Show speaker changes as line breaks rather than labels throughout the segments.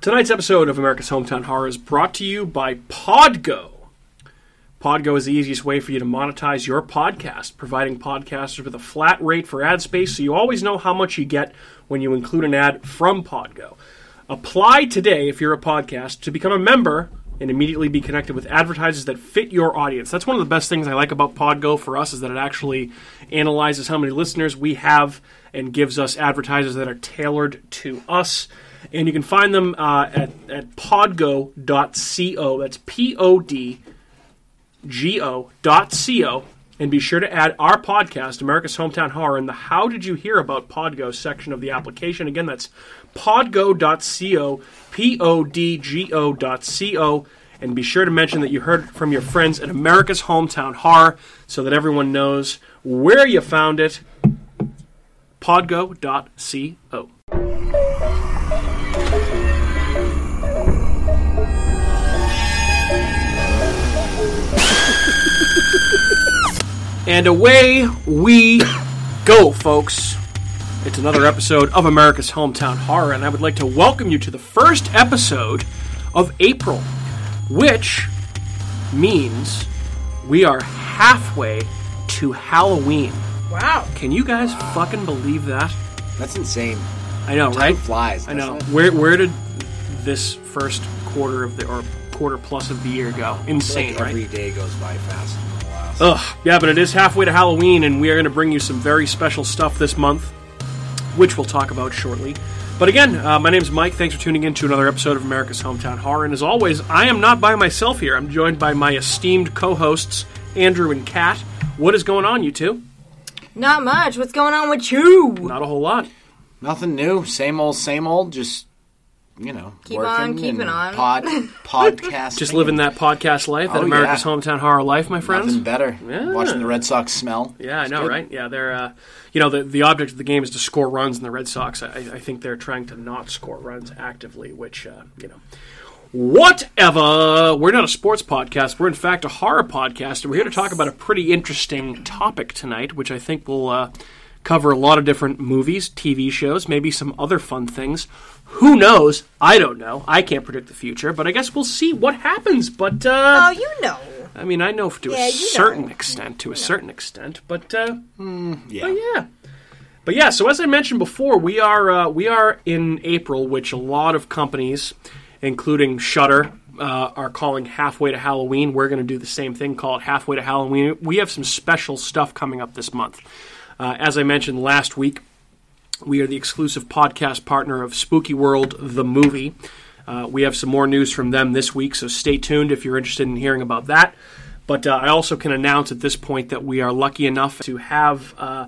Tonight's episode of America's Hometown Horror is brought to you by Podgo. Podgo is the easiest way for you to monetize your podcast, providing podcasters with a flat rate for ad space so you always know how much you get when you include an ad from Podgo. Apply today if you're a podcast to become a member and immediately be connected with advertisers that fit your audience. That's one of the best things I like about Podgo for us is that it actually analyzes how many listeners we have and gives us advertisers that are tailored to us. And you can find them uh, at, at podgo.co. That's P O D G O dot co. And be sure to add our podcast, America's Hometown Horror, in the How Did You Hear About Podgo section of the application. Again, that's podgo.co, P O D G O dot co. And be sure to mention that you heard from your friends at America's Hometown Horror so that everyone knows where you found it. Podgo.co. And away we go, folks. It's another episode of America's Hometown Horror, and I would like to welcome you to the first episode of April, which means we are halfway to Halloween.
Wow.
Can you guys fucking believe that?
That's insane.
I know,
Time
right?
flies.
I know.
doesn't it?
Where where did this first quarter of the or quarter plus of the year go? Insane,
Like
right? Oh.
every day goes by faster than the last.
Ugh. Yeah, but it is halfway to Halloween, and we are going to bring you some very special stuff this month, which we'll talk about shortly. But again, uh, my name's Mike. Thanks for tuning in to another episode of America's Hometown Horror. And as always, I am not by myself here. I'm joined by my esteemed co hosts, Andrew and Kat. What is going on, you two?
Not much. What's going on with you?
Not a whole lot.
Nothing new. Same old, same old. Just you know,
Keep
working
on keeping
and
on.
Pod, podcast.
Just living that podcast life, that
Oh,
America's
yeah.
Hometown Horror life, my friends.
Nothing better.
Yeah.
Watching the Red Sox smell.
Yeah, I know, right? Yeah, they're uh, you know the the object of the game is to score runs, and the Red Sox, I, I think they're trying to not score runs actively, which uh, you know. Whatever. We're not a sports podcast. We're in fact a horror podcast, and we're here to talk about a pretty interesting topic tonight, which I think will uh, cover a lot of different movies, TV shows, maybe some other fun things. Who knows? I don't know. I can't predict the future, but I guess we'll see what happens. But uh,
Oh, you know.
I mean, I know f- to
Yeah,
a
you know.
certain extent, to a certain extent, but uh,
Yeah.
yeah, but yeah. So as I mentioned before, we are uh, we are in April, which a lot of companies, including Shutter, uh, are calling halfway to Halloween. We're going to do the same thing, call it halfway to Halloween. We have some special stuff coming up this month. Uh, as I mentioned last week, we are the exclusive podcast partner of Spooky World, the movie. Uh, we have some more news from them this week, so stay tuned if you're interested in hearing about that. But uh, I also can announce at this point that we are lucky enough to have uh,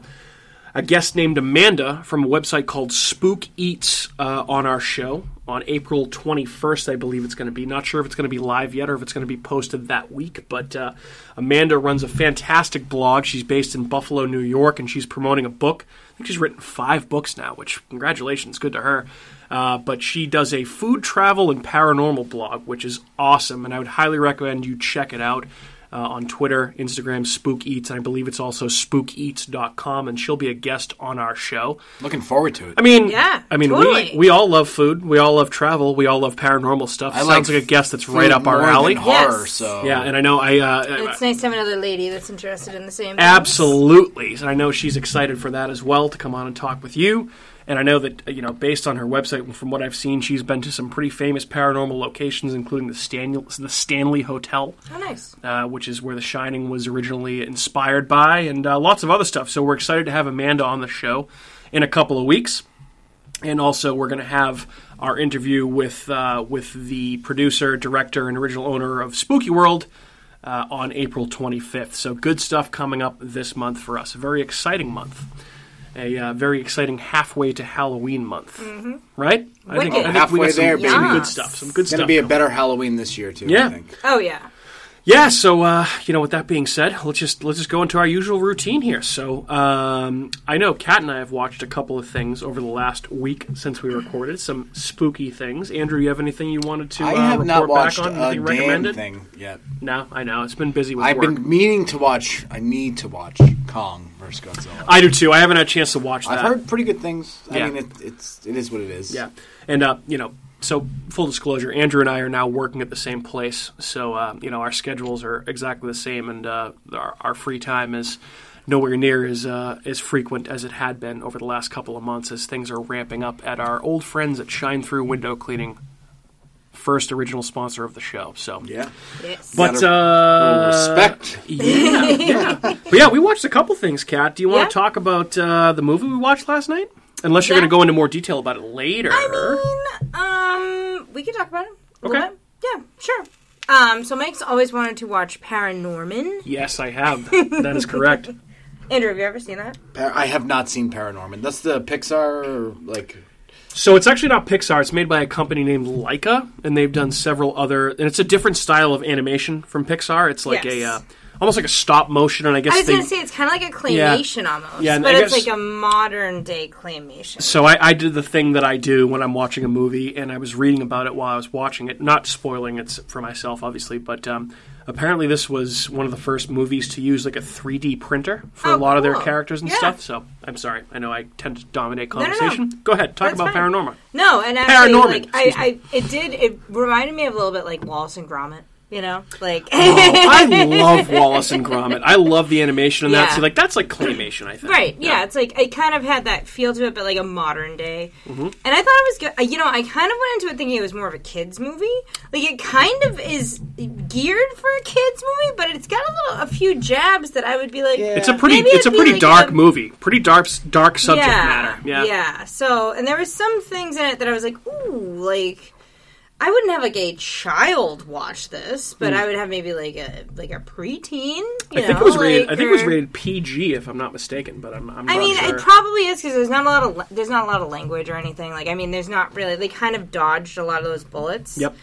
a guest named Amanda from a website called Spook Eats uh, on our show on April 21st, I believe it's going to be. Not sure if it's going to be live yet or if it's going to be posted that week, but uh, Amanda runs a fantastic blog. She's based in Buffalo, New York, and she's promoting a book. I think she's written five books now, which, congratulations, good to her. Uh, but she does a food, travel, and paranormal blog, which is awesome, and I would highly recommend you check it out uh, on Twitter, Instagram, Spook Eats, and I believe it's also spookeats.com, and she'll be a guest on our show.
Looking forward to it.
I mean,
Yeah,
I mean,
totally.
we we all love food, we all love travel, we all love paranormal stuff.
I
Sounds
like
like a guest that's right up our
more
alley.
Than horror,
Yes.
so
Yeah, and I know I, uh, I-
It's nice to have another lady that's interested in the same. things.
Absolutely. And I know she's excited for that as well to come on and talk with you. And I know that, uh, you know, based on her website, and from what I've seen, she's been to some pretty famous paranormal locations, including the, Stan- the Stanley Hotel,
Oh, nice.
uh, which is where The Shining was originally inspired by, and uh, lots of other stuff. So we're excited to have Amanda on the show in a couple of weeks. And also, we're going to have our interview with, uh, with the producer, director, and original owner of Spooky World, uh, on April 25th. So good stuff coming up this month for us. A very exciting month. A uh, very exciting halfway to Halloween month, mm-hmm. right? I think,
Wicked.
I think we
Halfway
got some,
there,
some
baby.
good stuff. Some good
it's
stuff.
gonna be a
going.
better Halloween this year too.
Yeah.
I think.
Oh, yeah.
Yeah, so uh, you know, with that being said, let's just let's just go into our usual routine here. So um, I know Kat and I have watched a couple of things over the last week since we recorded some spooky things. Andrew, you have anything you wanted to
I
uh,
have
report
not watched
back on?
a
Anything
damn
recommended?
thing yet.
No, I know it's been busy with
I've
work.
been meaning to watch. I need to watch Kong versus Godzilla.
I do too. I haven't had a chance to watch that.
I've heard pretty good things.
Uh, Yeah.
I mean, it, it's it is what it is.
Yeah, and uh, you know, so full disclosure, Andrew and I are now working at the same place, so uh, you know our schedules are exactly the same, and uh, our, our free time is nowhere near as uh, as frequent as it had been over the last couple of months, as things are ramping up at our old friends at Shine Through Window Cleaning, first original sponsor of the show. So
Yeah.
Yes.
But
Gotta-
uh,
respect.
yeah, yeah. But yeah, we watched a couple things, Kat. Do you want
Yeah.
to talk about uh, the movie we watched last night? Unless you're
Yeah.
going to go into more detail about it later.
Um, we can talk about it. a little
Okay.
bit. Yeah, sure. Um, so Mike's always wanted to watch Paranorman.
yes, I have. That is correct.
Andrew, have you ever seen that?
Par- I have not seen Paranorman. That's the Pixar, like,
So it's actually not Pixar. It's made by a company named Leica, and they've done several other. And it's a different style of animation from Pixar. It's like a
Yes.
uh, almost like a stop motion, and I guess
I was
they.
gonna say it's kind of like a claymation almost,
Yeah, and
but
I
it's
guess-
like a modern day claymation.
so I, I did the thing that I do when I'm watching a movie, and I was reading about it while I was watching it, not spoiling it s- for myself, obviously, but um, apparently this was one of the first movies to use like a 3D printer for a
Oh,
lot of their
cool.
characters and
Yeah.
stuff. So I'm sorry, I know I tend to dominate
no, no.
conversation. Go ahead, talk
That's
about
fine.
Paranormal.
No, and actually,
Paranorman,
like
excuse
I, I, it did. It reminded me of a little bit like Wallace and Gromit. You know, like
Oh, I love Wallace and Gromit. I love the animation in that.
Yeah.
See, like that's like claymation, I think.
Right. Yeah. It's like it kind of had that feel to it, but like a modern day. And I thought it was good. You know, I kind of went into it thinking it was more of a kids movie. Like it kind of is geared for a kids movie, but it's got a little, a few jabs that I would be like,
It's a pretty,
uh, Maybe
it's a
it'd be
pretty
like um,
dark
a-
movie. Pretty dark, dark subject matter. Yeah.
So, and there were some things in it that I was like, ooh, like I wouldn't have like a child watch this, but I would have maybe like a like a preteen. You
I think
know,
it was rated.
like,
I think it was
or-
rated PG, if I'm not mistaken. But I'm, I'm
I
not
mean,
sure.
it probably is because there's not a lot of la- there's not a lot of language or anything. Like, I mean, there's not really. They kind of dodged a lot of those bullets.
yep.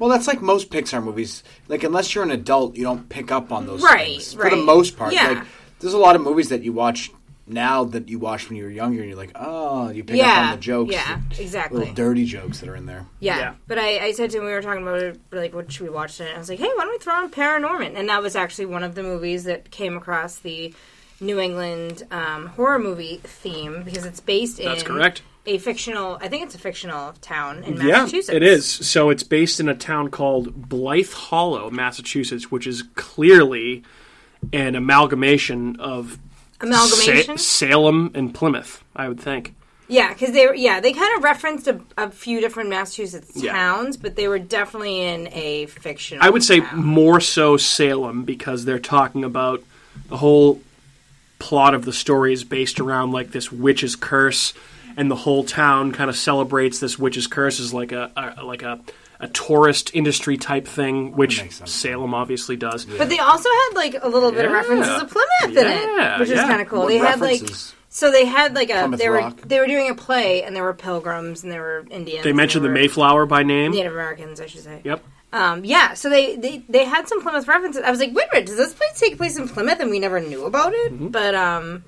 well, that's like most Pixar movies. Like, unless you're an adult, you don't pick up on those
Right,
things. For the
right.
most part.
Yeah.
Like, there's a lot of movies that you watch now that you watched when you were younger, and you're like, oh, you pick up
Yeah.
on the jokes.
Yeah.
the
Exactly.
Little dirty jokes that are in there.
Yeah.
Yeah.
But I, I said to him, we were talking about it, we're like, what should we watch tonight? I was like, hey, why don't we throw on Paranorman? And that was actually one of the movies that came across the New England um, horror movie theme because it's based in
That's correct.
a fictional. I think it's a fictional town in
Yeah,
Massachusetts.
it is. So it's based in a town called Blythe Hollow, Massachusetts, which is clearly an amalgamation of
Amalgamation.
Sa- Salem and Plymouth. I would think.
Yeah, because they were yeah they kind of referenced a, a few different Massachusetts
Yeah.
towns, but they were definitely in a fictional.
I would say
town.
more so Salem because they're talking about the whole plot of the story is based around like this witch's curse, and the whole town kind of celebrates this witch's curse as like a, a like a, a tourist industry type thing, which
makes sense.
Salem obviously does.
but they also had like a little bit of
Yeah.
references to Plymouth in
Yeah,
it, which
yeah.
is kind of cool.
What
they had like
references?
so they had like a
Plymouth
they were
Rock.
they were doing a play and there were pilgrims and there were Indians.
They
and
mentioned the
there were
Mayflower by name.
Native Americans, I should say.
Yep.
Um, yeah, so they, they they had some Plymouth references. I was like, wait a minute, does this place take place in Plymouth and we never knew about it?
Mm-hmm.
But um,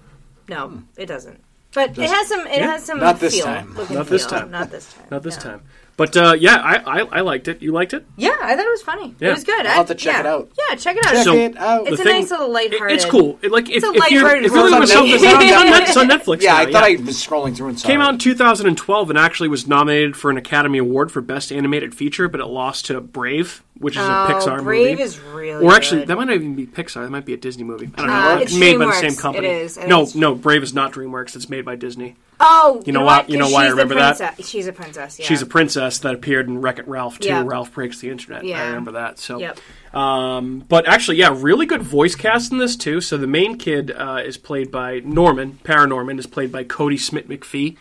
no, it doesn't. But it
Doesn't-
has some. It
Yeah.
has some.
Hmm. Not this
feel,
time.
look and
Not this
feel.
time.
Not this time.
Not this
no.
time. But uh, yeah, I, I, I liked it. You liked it?
Yeah, I thought it was funny.
Yeah.
It was good.
I'll have to check
yeah.
it out.
Yeah, check it out.
Check
So-
it out.
It's
The
a
thing-
nice little
It-
lighthearted.
it's cool. It, like if,
a
if you're
lighthearted
if really
romp.
was something it's
It's on
on
Netflix.
Net- it's on Netflix.
yeah,
now,
I thought I was scrolling through and saw
Came
it.
out in 2012 and actually was nominated for an Academy Award for Best Animated Feature, but it lost to Brave, which is a Pixar
Oh, Brave
movie.
is really
or actually,
good.
that might not even be Pixar. That might be a Disney movie. I don't
Uh,
know.
it's
made by the
DreamWorks.
same company.
It is. It
no,
is.
no, Brave is not DreamWorks. It's made by Disney.
oh, you
know
know
why-
what?
you know
'Cause
why I
she's the
remember that?
princess- She's a princess. Yeah.
She's a princess that appeared in Wreck It Ralph 2,
Yeah.
Ralph Breaks the Internet. I
Yeah.
remember that. So,
Yep.
um, But actually, yeah, really good voice cast in this, too. So the main kid uh, is played by Norman, Paranorman, is played by Cody Smith McPhee,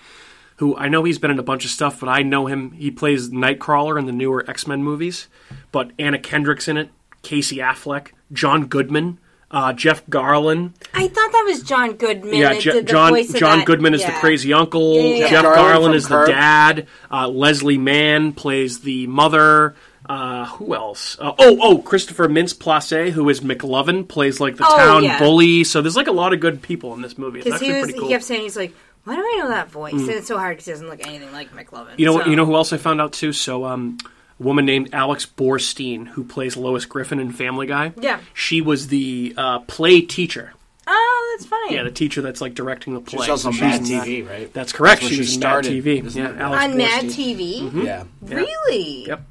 who I know he's been in a bunch of stuff, but I know him. He plays Nightcrawler in the newer X Men movies, but Anna Kendrick's in it, Casey Affleck, John Goodman. Uh, Jeff Garlin,
I thought that was John Goodman.
yeah,
that
Je-
did the
John
voice of
John
that.
Goodman is the
Yeah.
crazy uncle.
yeah, yeah.
Jeff
Jeff Garland
Garland
from
is the
Curb.
dad. Uh, Leslie Mann plays the mother. Uh, who else? Uh, oh, oh, Christopher Mintz Plasse, who is McLovin, plays like the
Oh,
town
yeah.
bully. So there's like a lot of good people in this movie. It's
Because
actually
he was,
pretty cool. Mm.
he kept saying he's like, why do I know that voice? And it's so hard because he doesn't look anything like McLovin.
You know,
so.
you know who else I found out too. So, um, a woman named Alex Borstein, who plays Lois Griffin in Family Guy.
Yeah.
she was the uh, play teacher.
Oh, Oh, that's funny.
Yeah, the teacher that's like directing the play.
She's also on
So
Mad
in that-
TV, right?
That's correct.
That's
she
where
was
she
in Mad
started,
TV.
isn't
Yeah,
it?
Alex
on Mad
Borstein.
TV.
Yeah.
Really?
Mm-hmm. Yep.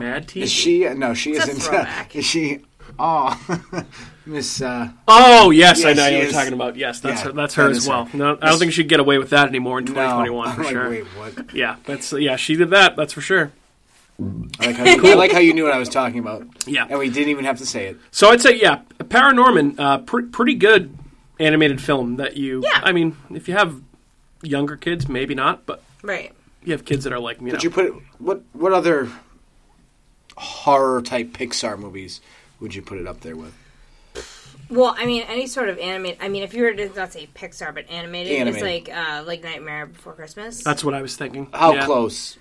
Mad TV.
Is she? No, she
It's a
isn't.
throwback.
is she? Oh, Miss. Uh,
Oh yes, I
Yes,
know I know
she
what you're
is-
talking about. Yes, that's
yeah,
her, that's her
that
as
is her.
well. No, I don't think she'd get away with that anymore in
no.
2021 for
I'm like,
sure.
Wait, what?
Yeah, that's yeah. She did that. That's for sure.
I like, how you, I like how you knew what I was talking about.
Yeah.
And we didn't even have to say it.
So I'd say yeah, Paranorman, uh, pr- pretty good animated film that you.
Yeah.
I mean, if you have younger kids, maybe not, but
Right.
you have kids that are like you know.
Would you put it? What What other horror type Pixar movies would you put it up there with?
Well, I mean, any sort of animated. I mean, if you were to not say Pixar, but animated,
Animated.
it's like uh, like Nightmare Before Christmas.
that's what I was thinking.
How
Yeah.
close?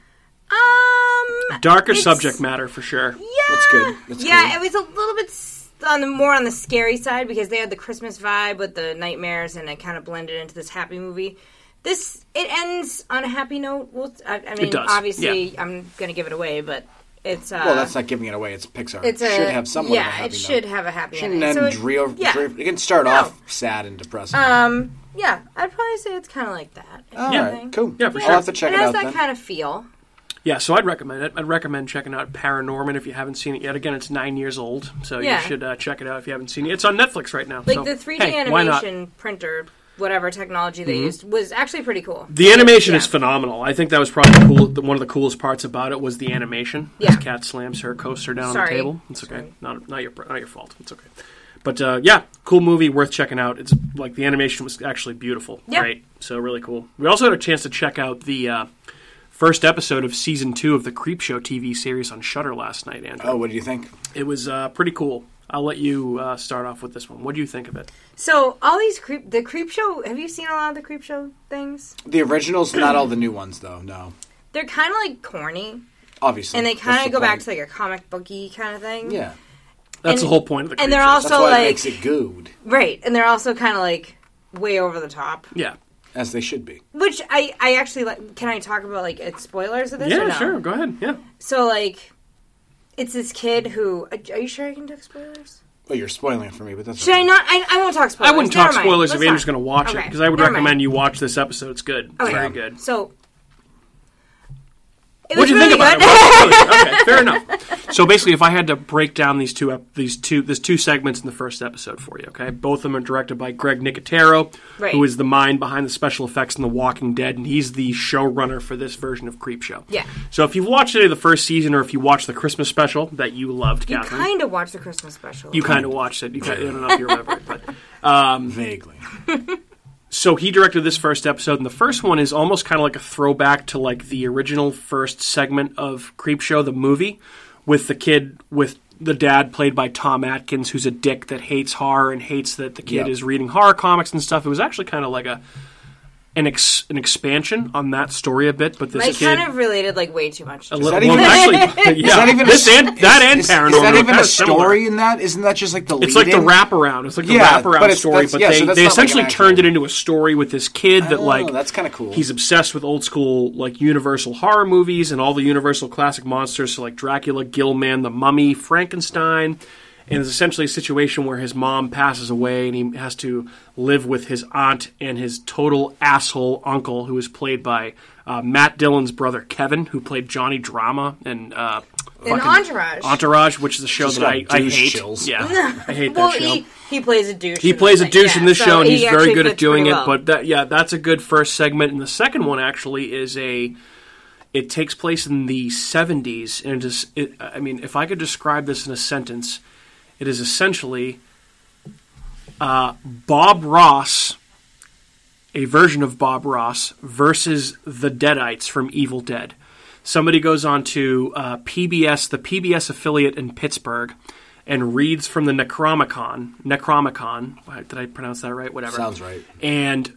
um
Darker
it's-
subject matter for sure.
Yeah,
That's good. That's
yeah,
cool.
it was a little bit s- on the more on the scary side because they had the Christmas vibe with the nightmares, and it kind of blended into this happy movie. This it ends on a happy note. Well, I, I mean,
does,
obviously, I'm going to give it away, but it's uh,
Well, that's not giving it away. It's Pixar.
it's
it
a,
should have somewhat
Yeah,
of a happy
it should
note.
have a happy
Shouldn't
ending.
end
So it-
drear,
yeah.
drear- It can start
No.
off sad and depressing.
Um, yeah, I'd probably say it's kind of like that. if
All
yeah.
anything.
right, cool.
Yeah, for
I'll
sure.
have to check
it
it,
has
out
that
then.
kind of feel.
Yeah, so I'd recommend it. I'd recommend checking out Paranorman if you haven't seen it yet. Again, it's nine years old, so
Yeah.
you should uh, check it out if you haven't seen it. It's on Netflix right now.
Like
so,
the 3D
hey, why not? Mm-hmm.
animation printer, whatever technology they used, was actually pretty cool.
The animation is
Yeah.
phenomenal. I think that was probably the cool, the, one of the coolest parts about it was the animation.
Yeah.
As Cat slams her coaster down on the
Sorry.
table. It's okay. Not not your not your fault. It's okay. But uh, yeah, cool movie worth checking out. It's like the animation was actually beautiful.
Yeah.
Right. So really cool. We also had a chance to check out the uh, first episode of season two of the Creepshow TV series on Shutter last night, Andrew.
Oh, what do you think?
It was uh, pretty cool. I'll let you uh, start off with this one. What do you think of it?
So all these creep, the creep show. Have you seen a lot of the creep show things?
The originals, not all the new ones though. No,
They're kind of like corny,
obviously.
and they
That's
kind
the
of go back
point.
to like a comic booky kind of thing.
yeah.
That's the
And-
whole point of the.
and they're
Creepshow.
That's
also
why
like
it makes it good,
right, and they're also kind of like way over the top.
yeah.
as they should be.
Which I I actually like. Can I talk about like it's spoilers of this?
Yeah,
or no?
sure. Go ahead. Yeah.
So like, it's this kid who. uh, Are you sure I can talk spoilers?
Well, you're spoiling it for me, but that's
Should I not? I, I won't talk spoilers.
I wouldn't
Never
talk
mind.
spoilers if
Let's
Andrew's
not.
going to watch it
Okay.
because I would
Never
recommend
mind.
you watch this episode. It's good. It's
Okay.
very good.
So. It
What
was
do you
really
think about
good.
it? okay, fair enough. So basically, if I had to break down these two ep- these two there's two segments in the first episode for you, okay? Both of them are directed by Greg Nicotero,
Right.
who is the mind behind the special effects in The Walking Dead, and he's the showrunner for this version of Creepshow.
Yeah.
So if you've watched any of the first season, or if you watched the Christmas special that you loved,
You
Catherine,
kind of watched the Christmas special.
you kind of watched it. You kind I don't know if you remember it, but
vaguely.
so he directed this first episode, and the first one is almost kind of like a throwback to like the original first segment of Creepshow, the movie, with the kid with the dad played by Tom Atkins, who's a dick that hates horror and hates that the kid
Yep.
is reading horror comics and stuff. It was actually kind of like a an ex, an expansion on that story a bit, but this
I
kid.
kind of related like way too much.
a
To
little,
that even-
well, actually, yeah,
Is that even a-
this and that and
is,
paranormal.
Is that
are
even
kinda
a
similar.
story in that? Isn't that just like the?
It's like the
lead-in?
wraparound. It's like the
Yeah,
wraparound
but it's-
story,
that's-
but
yeah, so
they,
that's
they
not like an
essentially
actual-
turned it into a story with this kid that
Oh,
like
that's kinda cool.
He's obsessed with old school like Universal horror movies and all the Universal classic monsters, so like Dracula, Gillman, The Mummy, Frankenstein. And it's essentially a situation where his mom passes away and he has to live with his aunt and his total asshole uncle, who is played by uh, Matt Dillon's brother Kevin, who played Johnny Drama and uh, fucking
an entourage.
Entourage, which is a show
Just
that I,
got
I
douche
hate.
chills.
Yeah, I hate
well,
that show.
he, he plays a douche.
He
in
plays a
this
douche
thing,
in this
yeah,
show,
so
and he's
he
very
actually
good at
fits
doing
pretty
it.
well.
But that, yeah, that's a good first segment. And the second one actually is a. It takes place in the '70s, and it is. It, I mean, if I could describe this in a sentence, it is essentially uh, Bob Ross, a version of Bob Ross versus the Deadites from Evil Dead. Somebody goes on to uh, PBS, the PBS affiliate in Pittsburgh, and reads from the Necromicon. Necromicon. uh, Did I pronounce that right? Whatever.
Sounds right.
And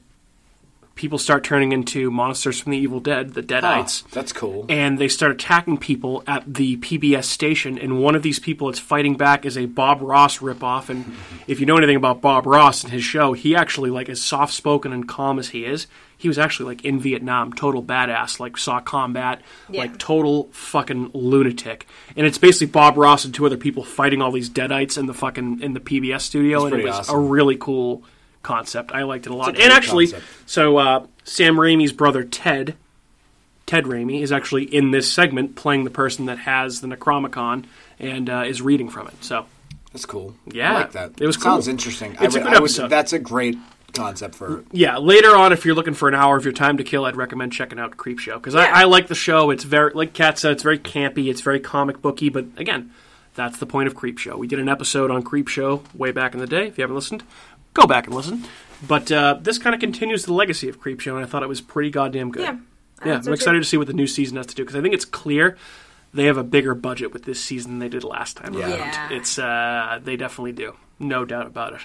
people start turning into monsters from the Evil Dead, the
Ah,
Deadites
that's cool.
and they start attacking people at the PBS station. And one of these people that's fighting back is a Bob Ross ripoff. And if you know anything about Bob Ross and his show, he actually like as soft spoken and calm as he is. He was actually like in Vietnam, total badass, like saw combat,
Yeah.
like total fucking lunatic. And it's basically Bob Ross and two other people fighting all these deadites in the fucking in the PBS studio, and it
pretty
was a
awesome.
really cool concept. I liked it a lot.
great
and actually,
concept.
so uh, Sam Raimi's brother Ted, Ted Raimi, is actually in this segment playing the person that has the Necromicon and uh, is reading from it. So
That's cool.
Yeah.
I like that.
It was
Sounds
cool.
interesting.
It's a
would-
good
would-
episode.
that's a great concept for.
yeah, later on, if you're looking for an hour of your time to kill, I'd recommend checking out Creep Show because
Yeah.
I, I like the show. It's very like Kat said, it's very campy, it's very comic booky, but again, that's the point of Creep Show. We did an episode on Creep Show way back in the day. If you haven't listened, go back and listen. But uh, this kind of continues the legacy of Creep Show, and I thought it was pretty goddamn good.
Yeah. I
yeah,
thought so
I'm excited
too.
to see what the new season has to do because I think it's clear they have a bigger budget with this season than they did last time
Yeah.
around.
Yeah.
It's uh, they definitely do, no doubt about it.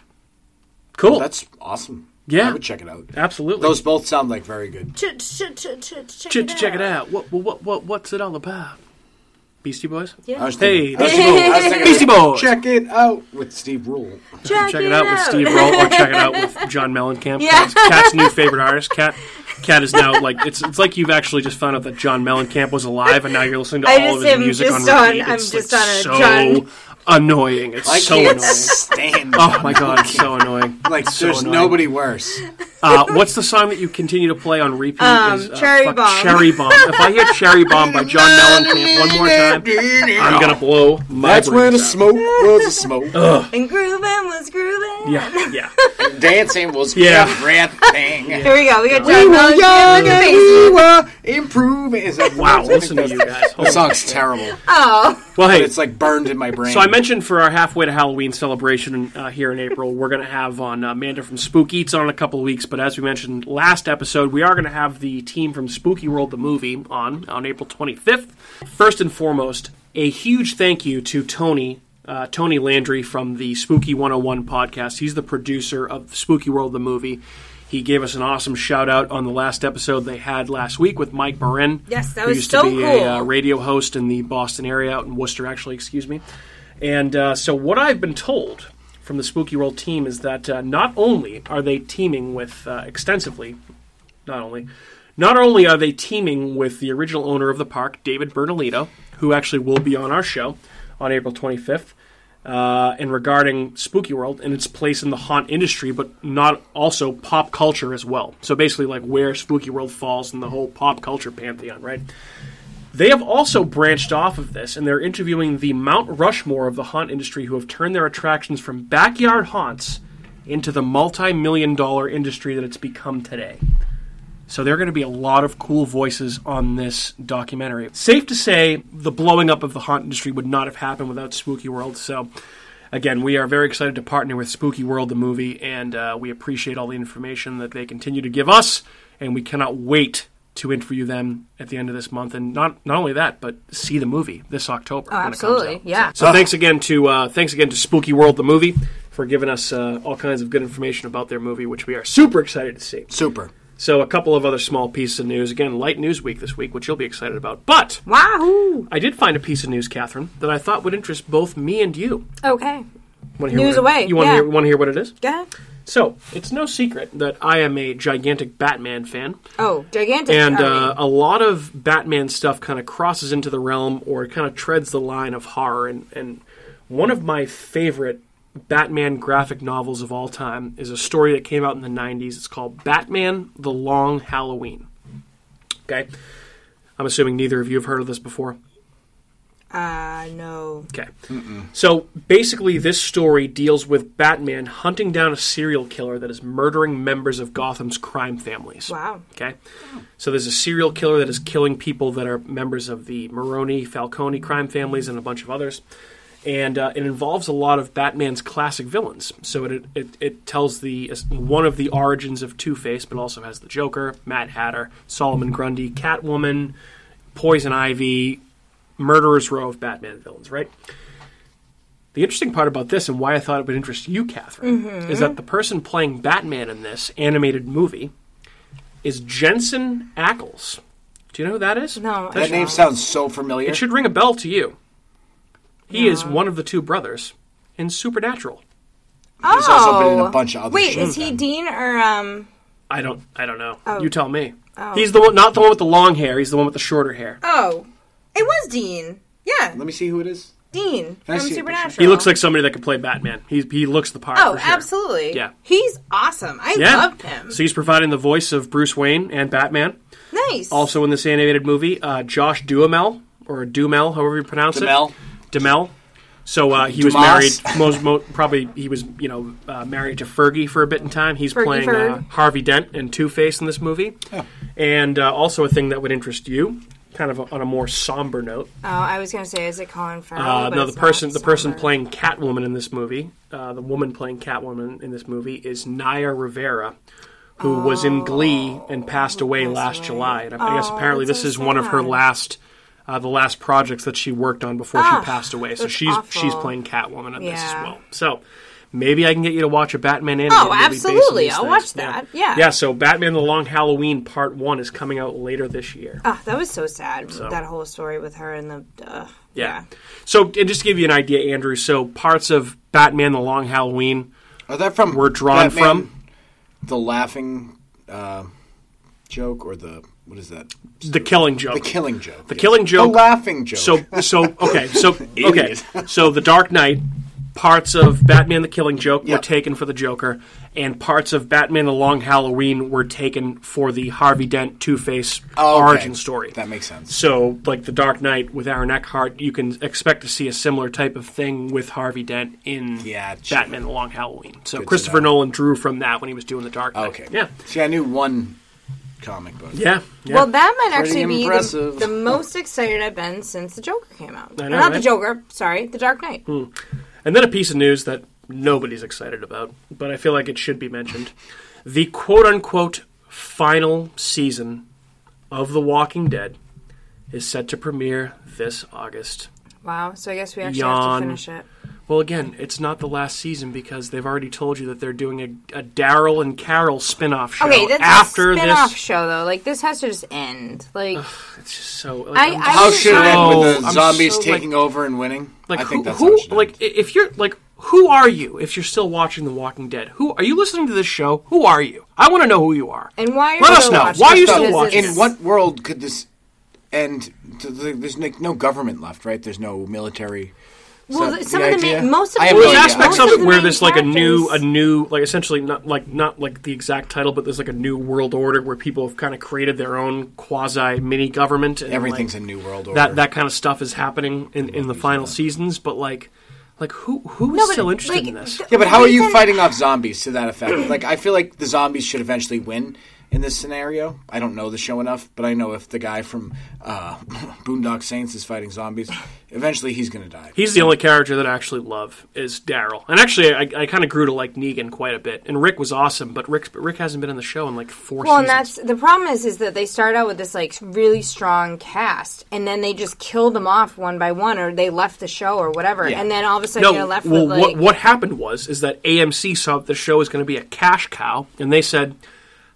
Cool.
That's awesome.
Yeah.
I would check it out.
Absolutely.
Those both sound like very good.
Ch- ch- ch- ch- Check
Ch- check it out. What, what, what, what's it all about? Beastie Boys?
Yeah.
I was
Hey,
thinking, I was thinking- I was thinking-
Beastie Boys!
Check it out with Steve Rule.
Check,
Check it out with Steve Roll or check it out with John Mellencamp.
Yeah.
Cat's, Cat's new favorite artist. Cat Cat is now like it's it's like you've actually just found out that John Mellencamp was alive and now you're listening to
I
all of
just
his
am
music
just
on
on-
repeat.
I'm
it's
just
like
on a
so
John-
annoying. It's
I
so
can't
annoying.
stand.
Oh my god, it's so annoying.
Like
so
there's
annoying.
nobody worse.
Uh, what's the song that you continue to play on repeat? is, uh,
Um, Cherry
fuck,
Bomb.
Cherry Bomb. If I hear Cherry Bomb by John Mellencamp one more time, I'm gonna blow my.
That's where the
brains out.
smoke was a smoke.
And grooving was grooving.
Yeah, yeah.
Dancing was
Yeah.
everything.
Here we go. We got
We
John
were
Mellencamp
young
in the
and
basement.
we were improving. Is that-
Wow,
I think
listen to
that's-
you guys.
The song's terrible.
Oh,
Well, hey,
It's like burned in my brain.
so I mentioned for our halfway to Halloween celebration uh, here in April, we're going to have on uh, Amanda from Spook Eats on in a couple of weeks. But as we mentioned last episode, we are going to have the team from Spooky World the movie on on April 25th. First and foremost, a huge thank you to Tony. Uh, Tony Landry from the Spooky 101 podcast. He's the producer of Spooky World the movie. He gave us an awesome shout out on the last episode they had last week with Mike Marin.
Yes, that
who
was
used
so
to be a,
cool.
uh, radio host in the Boston area, out in Worcester, actually, excuse me. And uh, so, what I've been told from the Spooky World team is that uh, not only are they teaming with uh, extensively, not only, not only are they teaming with the original owner of the park, David Bernalito, who actually will be on our show on April 25th. Uh, and regarding Spooky World and its place in the haunt industry, but not also pop culture as well. So basically, like where Spooky World falls in the whole pop culture pantheon, right? They have also branched off of this, and they're interviewing the Mount Rushmore of the haunt industry who have turned their attractions from backyard haunts into the multi million dollar industry that it's become today. So there are going to be a lot of cool voices on this documentary. Safe to say, the blowing up of the haunt industry would not have happened without Spooky World. So, again, we are very excited to partner with Spooky World, the movie, and uh, we appreciate all the information that they continue to give us. And we cannot wait to interview them at the end of this month. And not not only that, but see the movie this October. when it comes
Oh, absolutely.
out.
Yeah.
So thanks again to uh, thanks again to Spooky World, the movie, for giving us uh, all kinds of good information about their movie, which we are super excited to see.
Super.
So, a couple of other small pieces of news. Again, light news week this week, which you'll be excited about. But
Wahoo.
I did find a piece of news, Catherine, that I thought would interest both me and you.
Okay.
Wanna hear what
News
it-
away,
You want
yeah.
to hear, wanna hear what it is?
Go ahead.
So, it's no secret that I am a gigantic Batman fan,
Oh, gigantic.
and
Sorry.
uh, a lot of Batman stuff kind of crosses into the realm or kind of treads the line of horror. And, and one of my favorite Batman graphic novels of all time is a story that came out in the 90s. It's called Batman The Long Halloween. Okay. I'm assuming neither of you have heard of this before.
uh, no.
Okay. So basically, this story deals with Batman hunting down a serial killer that is murdering members of Gotham's crime families.
Wow.
Okay. So there's a serial killer that is killing people that are members of the Maroni, Falcone crime families, and a bunch of others. And uh, it involves a lot of Batman's classic villains. So it it, it tells the one of the origins of Two Face, but also has the Joker, Mad Hatter, Solomon Grundy, Catwoman, Poison Ivy, Murderer's Row of Batman villains. Right. The interesting part about this, and why I thought it would interest you, Catherine, is that the person playing Batman in this animated movie is Jensen Ackles. Do you know who that is?
No,
That
I
That
should-
name sounds so familiar.
it should ring a bell to you. He is one of the two brothers in Supernatural.
Oh.
He's also been in a bunch of other
Wait,
shit
is he
then.
Dean or um?
I don't. I don't know.
Oh.
You tell me. He's the one, not the one with the long hair. He's the one with the shorter hair.
Oh, it was Dean. Yeah.
Let me see who it is.
Dean
I
from
see it,
Supernatural.
He looks like somebody that could play Batman. He he looks the part.
oh,
for sure.
absolutely.
Yeah.
he's awesome. I
Yeah.
loved him.
So he's providing the voice of Bruce Wayne and Batman.
nice.
Also in this animated movie, uh, Josh Duhamel or Dumel, however you pronounce
Duhamel.
it, Dumel. So uh, he was
Dumas.
married. Most, mo probably he was you know uh, married to Fergie for a bit in time. He's
Fergie
playing uh,
Ferg.
Harvey Dent and Two Face in this movie,
Oh.
and uh, also a thing that would interest you, kind of on a more somber note.
oh, I was gonna say, is it Colin Farrell?
Uh,
But
no, the
it's not
person the person
somewhere.
playing Catwoman in this movie, uh, the woman playing Catwoman in this movie is Naya Rivera, who was in Glee and passed away last
away.
July. And I I guess
Oh,
apparently
that's
this
so
is one of her
sad.
last. Uh, the last projects that she worked on before
Ah,
she passed away, so
that's
she's she's
awful.
playing Catwoman in this as
Yeah.
well. So maybe I can get you to watch a Batman anime.
Oh, absolutely. I'll watch that. Yeah.
yeah. So Batman: The Long Halloween Part One is coming out later this year.
Ah, that was so sad. That whole story with her and the. Uh,
Yeah. So, and just to give you an idea, Andrew, so parts of Batman The Long Halloween
Are that from
were drawn
Batman,
from
the laughing uh, joke or the what is that?
the killing joke.
The killing Oh, joke.
The Killing Joke.
The laughing joke.
so, so, okay. So, okay.
Idiot.
So, The Dark Knight, parts of Batman The Killing Joke
Yeah.
were taken for the Joker, and parts of Batman The Long Halloween were taken for the Harvey Dent Two Face
Oh, okay.
origin story.
That makes sense.
So, like the Dark Knight with Aaron Eckhart, you can expect to see a similar type of thing with Harvey Dent in
Yeah, gee.
Batman: The Long Halloween. So
to
Christopher
know.
Nolan drew from that when he was doing the Dark Knight.
Okay.
Yeah.
See, I knew one comic book.
Yeah. yeah.
Well, that might
Pretty
actually be the,
impressive.
the most excited I've been since the Joker came out.
I know,
Not the
right? Hmm.
Joker, sorry, the Dark Knight.
and then a piece of news that nobody's excited about, but I feel like it should be mentioned: the quote-unquote final season of The Walking Dead is set to premiere this August.
Wow. So I guess we actually have
Yawn.
to finish it.
Well, again, it's not the last season because they've already told you that they're doing a, a Daryl and Carol spin-off show
Okay, that's
after
a spin-off
this.
show though. Like this has to just end. Like
It's just so like,
I-
I'm-
I-
How should it end with the
Oh, I'm
zombies
so, like-
taking over and winning?
like
I
who,
think that's
who
how it should end.
like i- if you're like who are you if you're still watching The Walking Dead? Who are you listening to this show? Who are you? I want to know who you are.
and why are
Let
you
us
still
know.
watching
Why are you
this?
still
Because
watching
it's-
in what world could this end? To the- There's like no government left, right? There's no military.
Well,
So,
the- some
the
of the
idea?
main, most of
I
the
have
Well,
no
there's
Yeah, idea.
aspects
most
of
of
it
the
where
main
there's like a new, a
characters-
new, like essentially not like not like the exact title, but there's like a new world order where people have kind of created their own quasi mini government. and, like,
Everything's a new world order.
that that kind of stuff is happening in, in the final seasons, but like like who who is
but,
still interested
like,
in this?
th-
yeah, but how are you
reason-
fighting off zombies to that effect? Like, I feel like the zombies should eventually win in this scenario. I don't know the show enough, but I know if the guy from uh, Boondock Saints is fighting zombies, eventually he's going to die.
He's the only character that I actually love is Daryl, and actually I, I kind of grew to like Negan quite a bit. And Rick was awesome, but Rick but Rick hasn't been in the show in like four
Well, and
seasons.
that's the problem is is that they start out with this like really strong cast, and then they just kill them off one by one, or they left the show or whatever,
Yeah.
and then all of a sudden
no,
you're left
well,
with like
what what happened was is that AMC saw that the show was going to be a cash cow, and they said,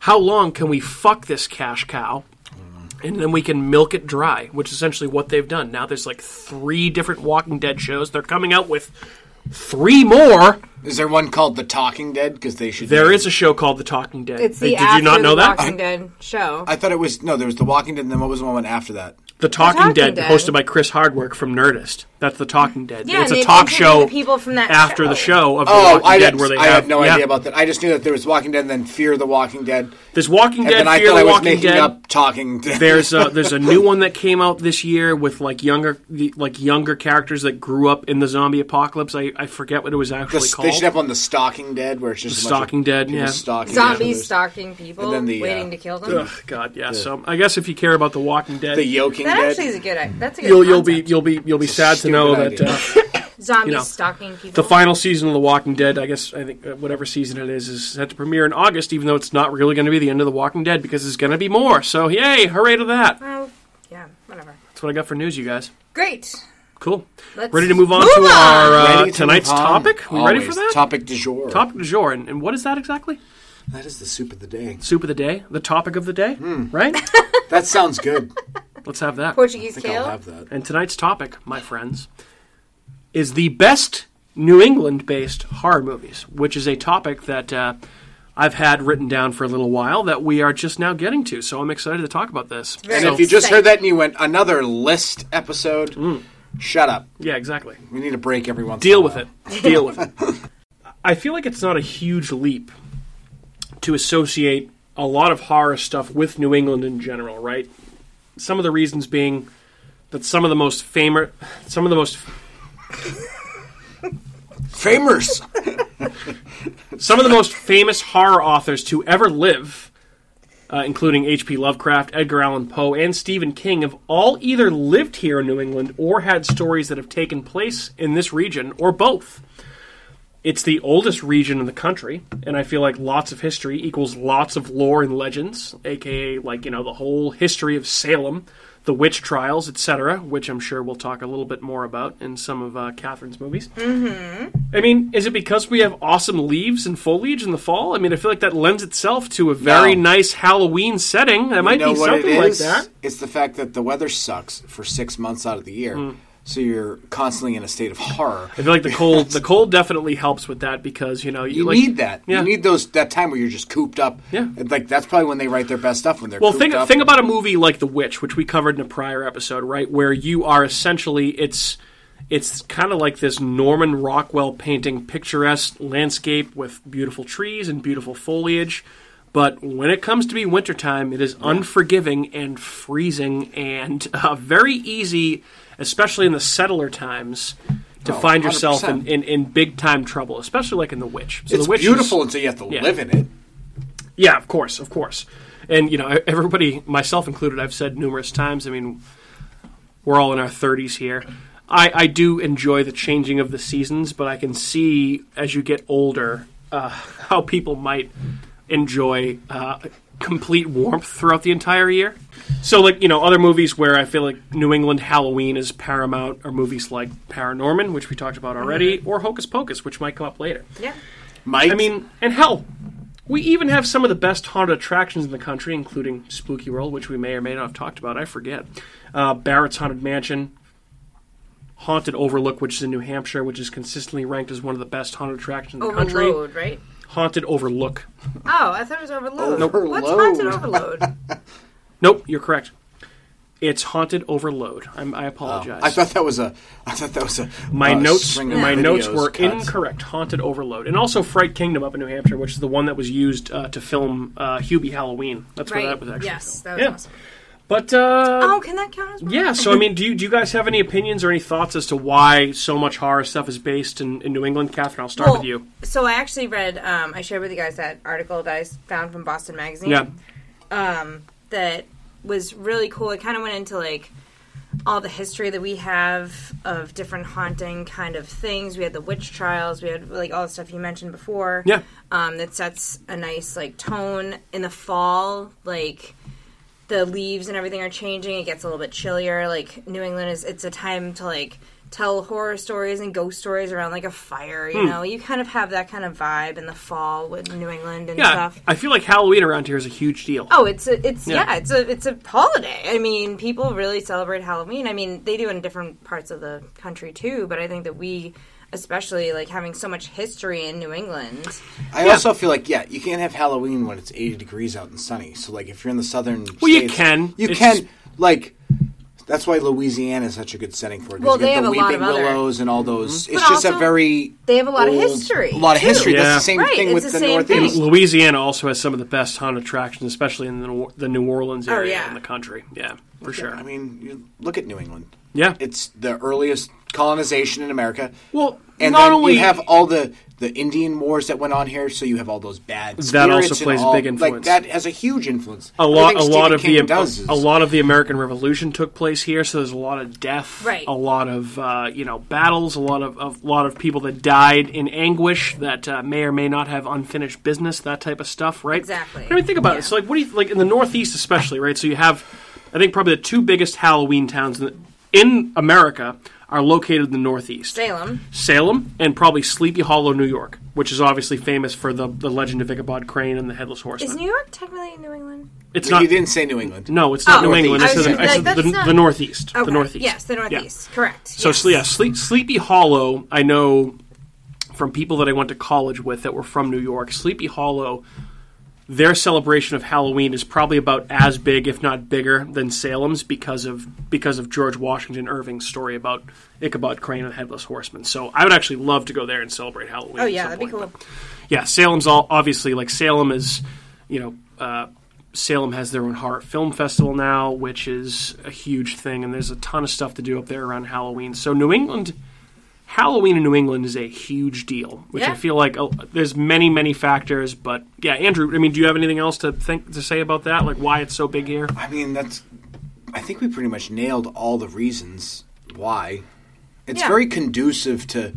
"How long can we fuck this cash cow?" And then we can milk it dry, which is essentially what they've done. Now there's like three different Walking Dead shows. They're coming out with three more.
Is there one called The Talking Dead? Because they should.
There
be-
is a show called The Talking Dead.
it's the
Did
after
you not know
the
that?
Walking Dead show.
I thought it was no. There was The Walking Dead, and then what was the one after that?
The Talking,
Talking
Dead,
Dead.
hosted by Chris Hardwick from Nerdist. That's The Talking Dead.
Yeah,
it's
and
a
they
talk
interview
show
the people from that
after
show.
the show of The
Oh,
Walking
I,
Dead,
didn't,
where they
I
have,
had no
yeah.
idea about that. I just knew that there was Walking Dead, and then Fear the Walking Dead,
There's Walking
and
Dead,
then I
Fear
thought
the
I was
Walking
making
Dead.
up Talking Dead.
There's a there's a new one that came out this year with like younger the- like younger characters that grew up in the zombie apocalypse. I, I forget what it was
The-
actually called.
they should have one, The Stalking Dead, where it's just a bunch of
Stalking Dead,
people
yeah.
stalking
Zombies
each other.
stalking people,
and then the, uh,
waiting to kill them.
Ugh, God, yeah. So I guess if you care about The Walking Dead,
The yoking
That
dead.
actually is a good. i- That's a good.
you'll you'll be
concept.
you'll be you'll be
a
sad to know
stupid
that uh,
zombies
you know,
stalking people.
the final season of The Walking Dead, I guess, I think uh, whatever season it is, is set to premiere in August, even though it's not really going to be the end of The Walking Dead because there's going to be more. So, yay, hooray to that.
Oh, yeah, whatever.
That's what I got for news, you guys.
Great.
Cool.
Let's
Ready to move on
move
to
on.
our uh,
Ready to
tonight's
move on?
topic? We ready for
Always.
that?
Topic du jour.
Topic du jour. And, and what is that exactly?
That is the soup of the day.
Soup of the day? The topic of the day?
Hmm.
Right?
That sounds good. I
Let's have that.
Portuguese
think I'll
kale.
have that.
And tonight's topic, my friends, is the best New England based horror movies, which is a topic that uh, I've had written down for a little while that we are just now getting to. So I'm excited to talk about this.
Very
And
So-
if you just
Exciting.
heard that and you went another list episode, Shut up.
Yeah, exactly.
We need a break every once.
Mm. Deal
in a
with
while.
it. Deal with it. I feel like it's not a huge leap to associate a lot of horror stuff with New England in general, right? Some of the reasons being that some of the most famous, some of the most,
Famers.
some of the most famous horror authors to ever live, uh, including H.P. Lovecraft, Edgar Allan Poe, and Stephen King, have all either lived here in New England or had stories that have taken place in this region, or both. It's the oldest region in the country, and I feel like lots of history equals lots of lore and legends, aka like you know the whole history of Salem, the witch trials, etc., which I'm sure we'll talk a little bit more about in some of uh, Catherine's movies. Mm-hmm. I mean, is it because we have awesome leaves and foliage in the fall? I mean, I feel like that lends itself to a very
No.
nice Halloween setting. That
You
might
know
be
what
something
it
like
is?
that.
It's the fact that the weather sucks for six months out of the year, so you're constantly in a state of horror.
Mm. I feel like the cold, the cold definitely helps with that because you know you,
You
like,
need that.
yeah.
You need those that time where you're just cooped up.
Yeah.
And, Like that's probably when they write their best stuff when they're
Well,
cooped
think
up.
think about a movie like The Witch, which we covered in a prior episode, right? Where you are essentially it's it's kind of like this Norman Rockwell painting, picturesque landscape with beautiful trees and beautiful foliage. But when it comes to be wintertime, it is unforgiving and freezing and uh, very easy, especially in the settler times, to
Oh,
find yourself in,
100%.
in, in big time trouble, especially like in The Witch. So
it's
the Witch is-
beautiful until you have to live in it.
yeah, of course, of course. And you know, e-, everybody, myself included, I've said numerous times. I mean, we're all in our thirties here. I, I do enjoy the changing of the seasons, but I can see as you get older uh, how people might enjoy uh, complete warmth throughout the entire year. So, like you know, other movies where I feel like New England Halloween is paramount are movies like Paranorman, which we talked about already, or Hocus Pocus, which might come up later.
Yeah.
Mike,
I mean, and hell, we even have some of the best haunted attractions in the country, including Spooky World, which we may or may not have talked about. I forget. Uh, Barrett's Haunted Mansion, Haunted Overlook, which is in New Hampshire, which is consistently ranked as one of the best haunted attractions in the country.
Overload, right?
Haunted Overlook.
Oh, I thought it was overload.
Overload.
What's haunted overload?
Nope, you're correct. It's Haunted Overload. I'm, I apologize.
Oh, I thought that was a. I thought that was a.
my
uh,
notes
string of
my notes
videos
were
cuts.
incorrect. Haunted Overload, and also Fright Kingdom up in New Hampshire, which is the one that was used uh, to film uh, Hubie Halloween. That's where that was
right.
actually.
Yes,
filmed.
that was
yeah.
awesome.
But uh,
Oh, can that count as one?
yeah, so I mean, do you do you guys have any opinions or any thoughts as to why so much horror stuff is based in, in New England? Catherine, I'll start
Well,
with you.
So I actually read. Um, I shared with you guys that article that I s- found from Boston Magazine.
Yeah,
that was really cool. It kind of went into like all the history that we have of different haunting kind of things. We had the witch trials. We had like all the stuff you mentioned before.
Yeah.
um, that sets a nice like tone in the fall. Like the leaves and everything are changing. It gets a little bit chillier. Like New England is. It's a time to like tell horror stories and ghost stories around like a fire.
Hmm.
You know, you kind of have that kind of vibe in the fall with New England and
yeah.
stuff.
I feel like Halloween around here is a huge deal.
Oh, it's a, it's
Yeah.
yeah. it's a it's a holiday. I mean, people really celebrate Halloween. I mean, they do in different parts of the country too, but I think that we especially like having so much history in New England.
I also feel like yeah, you can't have Halloween when it's 80 degrees out and sunny. So like if you're in the southern,
Well, you
states,
can.
you
It's-
can like. That's why Louisiana is such a good setting for it. 'cause
Well,
you get
they
the
have a
weeping
lot of other- Mm-hmm.
willows and all those. It's
But
just a
also,
very
They have a lot
old-
of history.
A lot of
too.
history.
Yeah.
That's the same
Right,
thing
it's
with
the
the,
same
Northeast.
thing.
Louisiana also has some of the best haunted attractions, especially in the New, the New Orleans area
Oh, yeah.
in the country. Yeah, for sure.
I mean, you look at New England.
Yeah.
it's the earliest colonization in America.
well,
and
not
then
only
you have all the the Indian wars that went on here, so you have all those bad.
That also
spirits and
plays a
all-
big influence.
Like that has a huge influence.
a lot, a
Everything
lot
Stephen
of
King
the
does is-
a lot of the American Revolution took place here, so there's a lot of death,
Right.
A lot of uh, you know battles, a lot of a lot of people that died in anguish that uh, may or may not have unfinished business, that type of stuff, right?
Exactly.
I mean, think about
Yeah.
it. So like, what do you like in the Northeast, especially, right? So you have, I think probably the two biggest Halloween towns in, the, in America are located in the Northeast.
Salem.
Salem, and probably Sleepy Hollow, New York, which is obviously famous for the, the legend of Ichabod Crane and the Headless Horseman.
Is New York technically in New England?
it's
Well,
not
you didn't say New England.
no, it's not
Oh,
New England.
I
This
was
is
gonna be
this
like,
is the,
that's not-
the Northeast.
Okay.
The Northeast.
Yes, the
Yeah.
Northeast. Correct.
So
yes.
sle- yeah, Sleep, Sleepy Hollow. I know from people that I went to college with that were from New York. Sleepy Hollow their celebration of Halloween is probably about as big, if not bigger, than Salem's because of because of George Washington Irving's story about Ichabod Crane and the Headless Horseman. So I would actually love to go there and celebrate Halloween.
Oh
at
yeah,
some
that'd be
point,
cool.
but- yeah, Salem's all obviously like Salem is, you know, uh, Salem has their own horror film festival now, which is a huge thing, and there's a ton of stuff to do up there around Halloween. So New England, Halloween in New England is a huge deal, which
Yeah.
I feel like oh, there's many many factors, but yeah, Andrew, I mean, do you have anything else to think to say about that, like why it's so big here?
I mean, that's. I think we pretty much nailed all the reasons why. It's
Yeah.
very conducive to.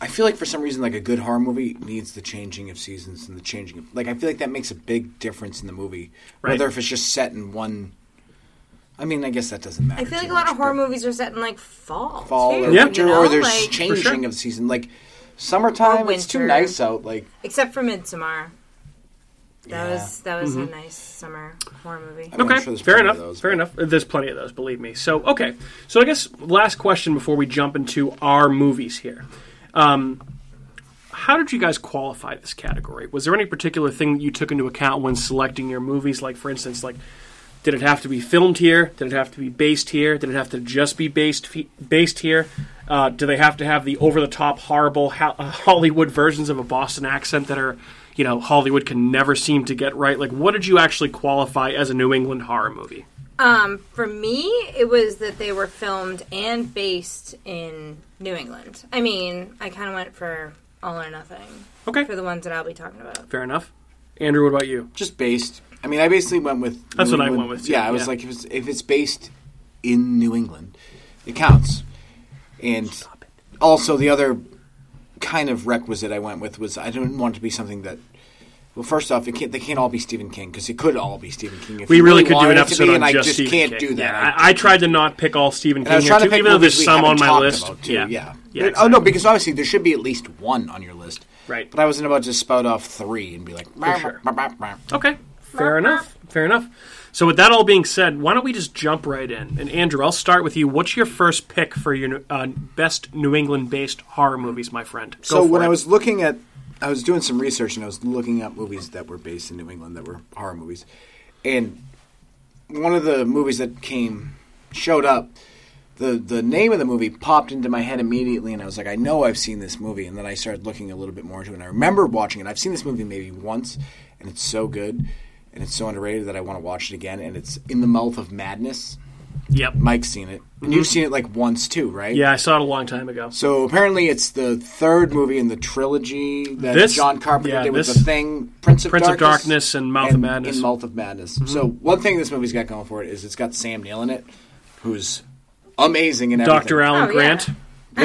I feel like for some reason, like a good horror movie needs the changing of seasons and the changing of. Like, I feel like that makes a big difference in the movie.
Right.
Whether if it's just set in one. I mean, I guess that doesn't matter.
I feel
too
like a lot of
much,
horror
but
movies are set in like fall.
Fall
too,
or
Yeah.
you
winter,
know?
or there's
Like,
changing
sure.
of the season. Like, summertime, it's too
winter.
nice out. Like,
except for Midsommar. That
Yeah.
was that was
Mm-hmm.
a nice summer horror movie.
I'm
Okay,
sure there's
fair
plenty
enough.
of those,
fair
but-
enough. There's plenty of those, believe me. So, okay. So, I guess last question before we jump into our movies here. Um, how did you guys qualify this category? Was there any particular thing that you took into account when selecting your movies? Like, for instance, like did it have to be filmed here? Did it have to be based here? Did it have to just be based fe- based here? Uh, do they have to have the over the top horrible ho- uh, Hollywood versions of a Boston accent that are you know Hollywood can never seem to get right? Like, what did you actually qualify as a New England horror movie?
Um, for me, it was that they were filmed and based in New England. I mean, I kind of went for all or nothing
Okay,
for the ones that I'll be talking about.
fair enough. Andrew, what about you?
just based. I mean, I basically went with.
That's
New
what I
England.
went with, too,
Yeah, I was
yeah.
like, if it's, if it's based in New England, it counts. And also, the other kind of requisite I went with was I didn't want it to be something that. Well, first off, it can't, they can't all be Stephen King because it could all be Stephen King. If
We
you
really could do
wanted
an
it to
episode
be,
on
and I
just
just
Stephen
can't
King.
do that.
Yeah, I, I tried to not pick all Stephen
and I
King
was
here
trying
too,
to pick
even though
movies
there's
we
some
haven't
on my
talked
list.
about, too.
yeah,
yeah.
yeah.
There-
exactly.
Oh no, because obviously there should be at least one on your list.
Right.
But I wasn't about to spout off three and be like, "Bah,
sure.
bah, bah, bah."
Okay, fair enough. Fair enough. So, with that all being said, why don't we just jump right in? And Andrew, I'll start with you. What's your first pick for your uh, best New England-based horror movies, my friend? Go
So
for
when
it.
I was looking at, I was doing some research and I was looking up movies that were based in New England that were horror movies, and one of the movies that came showed up. The, the name of the movie popped into my head immediately, and I was like, I know I've seen this movie. And then I started looking a little bit more into it, and I remember watching it. I've seen this movie maybe once, and it's so good, and it's so underrated that I want to watch it again. And it's In the Mouth of Madness.
yep,
Mike's seen it.
Mm-hmm.
And you've seen it like once too, right?
yeah, I saw it a long time ago.
So apparently, it's the third movie in the trilogy that
This-
John Carpenter
yeah,
did with
this-
The Thing, Prince of
Prince of
Darkness,
Darkness and Mouth of Madness. Mm-hmm.
and Mouth of Madness. So one thing this movie's got going for it is it's got Sam Neill in it, who's amazing in everything.
Dr. Alan
Oh, yeah.
Grant,
I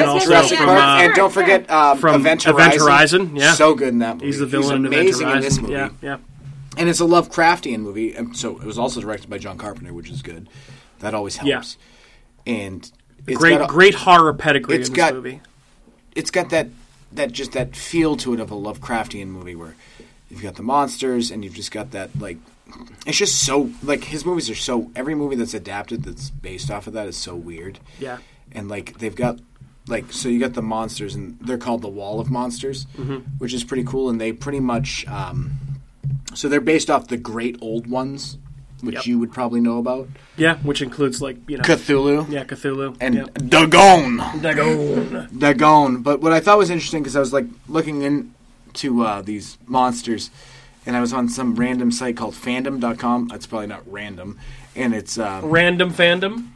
and
was
also
gonna say,
from
yeah,
uh,
that's
and don't forget um,
from
Event Horizon.
Event Horizon, yeah.
so good in that movie.
he's the villain in Event
amazing
Horizon.
in this movie.
Yeah, yeah.
And it's a Lovecraftian movie, and so it was also directed by John Carpenter, which is good. That always helps. And it's
Great,
got a-
great horror pedigree
it's
in this
got-
movie.
it's got that that just that feel to it of a Lovecraftian movie where you've got the monsters and you've just got that like it's just so like his movies are so every movie that's adapted that's based off of that is so weird.
Yeah.
And like they've got like so you got the monsters and they're called the Wall of Monsters,
Mm-hmm.
which is pretty cool and they pretty much um so they're based off the great old ones which
Yep.
you would probably know about.
Yeah, which includes like you know,
Cthulhu
yeah, Cthulhu
and
yeah.
Dagon.
Dagon.
Dagon. But what I thought was interesting because I was like looking into uh, these monsters, and I was on some random site called fandom.com. That's probably not random, and it's uh,
Random fandom.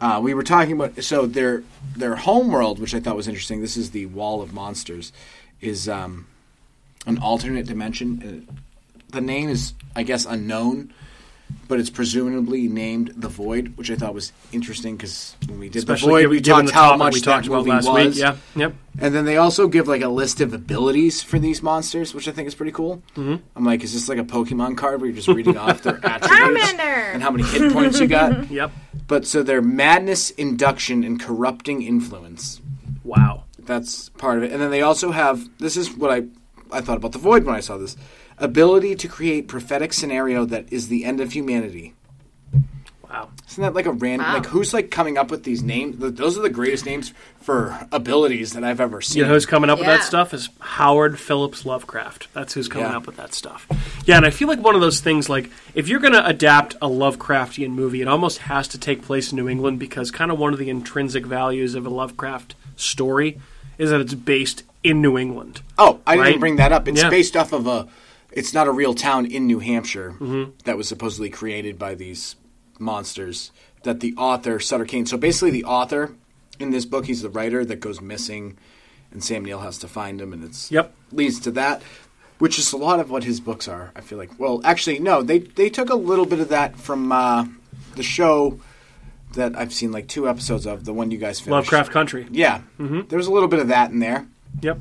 uh, we were talking about so their their homeworld, which I thought was interesting. This is the Wall of Monsters, is um, an alternate dimension. Uh, The name is I guess unknown. But it's presumably named the Void, which I thought was interesting because when we did
Especially
the Void,
given,
we
given
talked
the
how
topic
much
we talked
that
about
movie
last
was.
week. Yeah, yep.
And then they also give like a list of abilities for these monsters, which I think is pretty cool. Mm-hmm. I'm like, is this like a Pokemon card where you're just reading off their attributes
Charmander!
and how many hit points you got?
Yep.
But so they're madness, induction, and corrupting influence.
Wow.
That's part of it. And then they also have this is what I I thought about the void when I saw this ability to create prophetic scenario that is the end of humanity.
Wow.
Isn't that like a random?
Wow.
Like who's like coming up with these names? Th- Those are the greatest names for abilities that I've ever seen.
You know who's coming up with
Yeah.
that stuff is Howard Phillips Lovecraft. That's who's coming
Yeah.
up with that stuff. Yeah, and I feel like one of those things like if you're going to adapt a Lovecraftian movie, it almost has to take place in New England because kind of one of the intrinsic values of a Lovecraft story is that it's based in New England.
oh, I
Right?
didn't bring that up. It's
Yeah.
based off of a. It's not a real town in New Hampshire
Mm-hmm.
that was supposedly created by these monsters that the author Sutter Kane. So basically, the author in this book, he's the writer that goes missing, and Sam Neill has to find him, and it's
Yep.
leads to that, which is a lot of what his books are. I feel like. Well, actually, no, they they took a little bit of that from uh, the show that I've seen like two episodes of, the one you guys finished.
Lovecraft Mm-hmm. Country.
Yeah, there's a little bit of that in there.
Yep.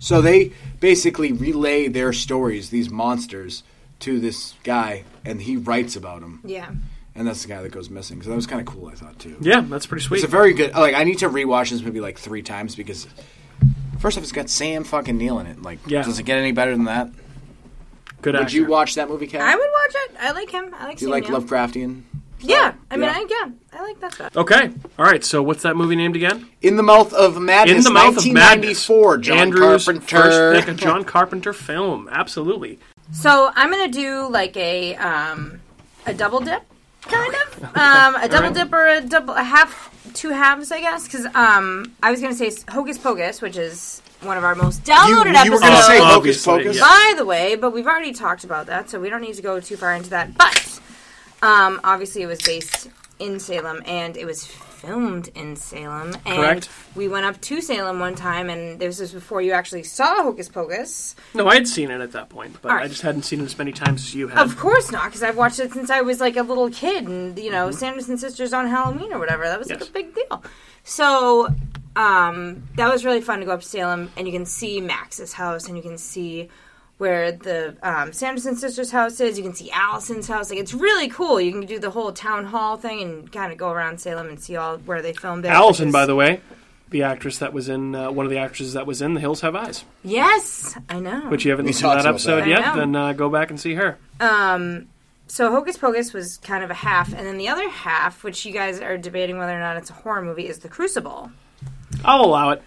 So they basically relay their stories, these monsters, to this guy, and he writes about them.
Yeah.
And that's the guy that goes missing. So that was kind of cool, I thought too.
Yeah, that's pretty sweet.
It's a very good. Like, I need to rewatch this movie like three times because first off, it's got Sam fucking Neill in it. Like,
Yeah.
does it get any better than that?
Good
Would
actor.
you watch that movie, Kat?
I would watch it. I like him. I like
Do you
Sam
like
Neill.
Lovecraftian?
Yeah. I mean,
Yeah.
I, yeah. I like that stuff.
okay. All right. So what's that movie named again?
In the Mouth of Madness,
In the mouth of madness.
1994, John
Andrews
Carpenter.
first like a John Carpenter film. Absolutely.
So I'm gonna do like a um, a double dip, kind of um, a double
right.
dip or a double a half, two halves, I guess. Because um, I was gonna say Hocus Pocus, which is one of our most
you,
downloaded
you
episodes.
were going to say
Oh,
Hocus
obviously,
Pocus?
yeah.
By the way, but we've already talked about that, so we don't need to go too far into that. But um, obviously, it was based in Salem, and it was filmed in Salem. And
Correct.
We went up to Salem one time, and this was before you actually saw Hocus Pocus.
No, I had seen it at that point, but
All right.
I just hadn't seen it as many times as you had.
Of course not, because I've watched it since I was like a little kid, and you know, Sanderson Sisters on Halloween or whatever. That was like
Mm-hmm. Yes.
a big deal. So um, that was really fun to go up to Salem, and you can see Max's house, and you can see where the um, Sanderson Sisters house is. You can see Allison's house. Like it's really cool. You can do the whole town hall thing and kind of go around Salem and see all where they filmed it.
Allison, by the way, the actress that was in uh, one of the actresses that was in The Hills Have Eyes.
yes, I know.
Which you haven't listened to
talked
that
about
episode
that.
I
yet?
know.
Then uh, go back and see her.
Um, so Hocus Pocus was kind of a half, and then the other half, which you guys are debating whether or not it's a horror movie, is The Crucible.
I'll allow it.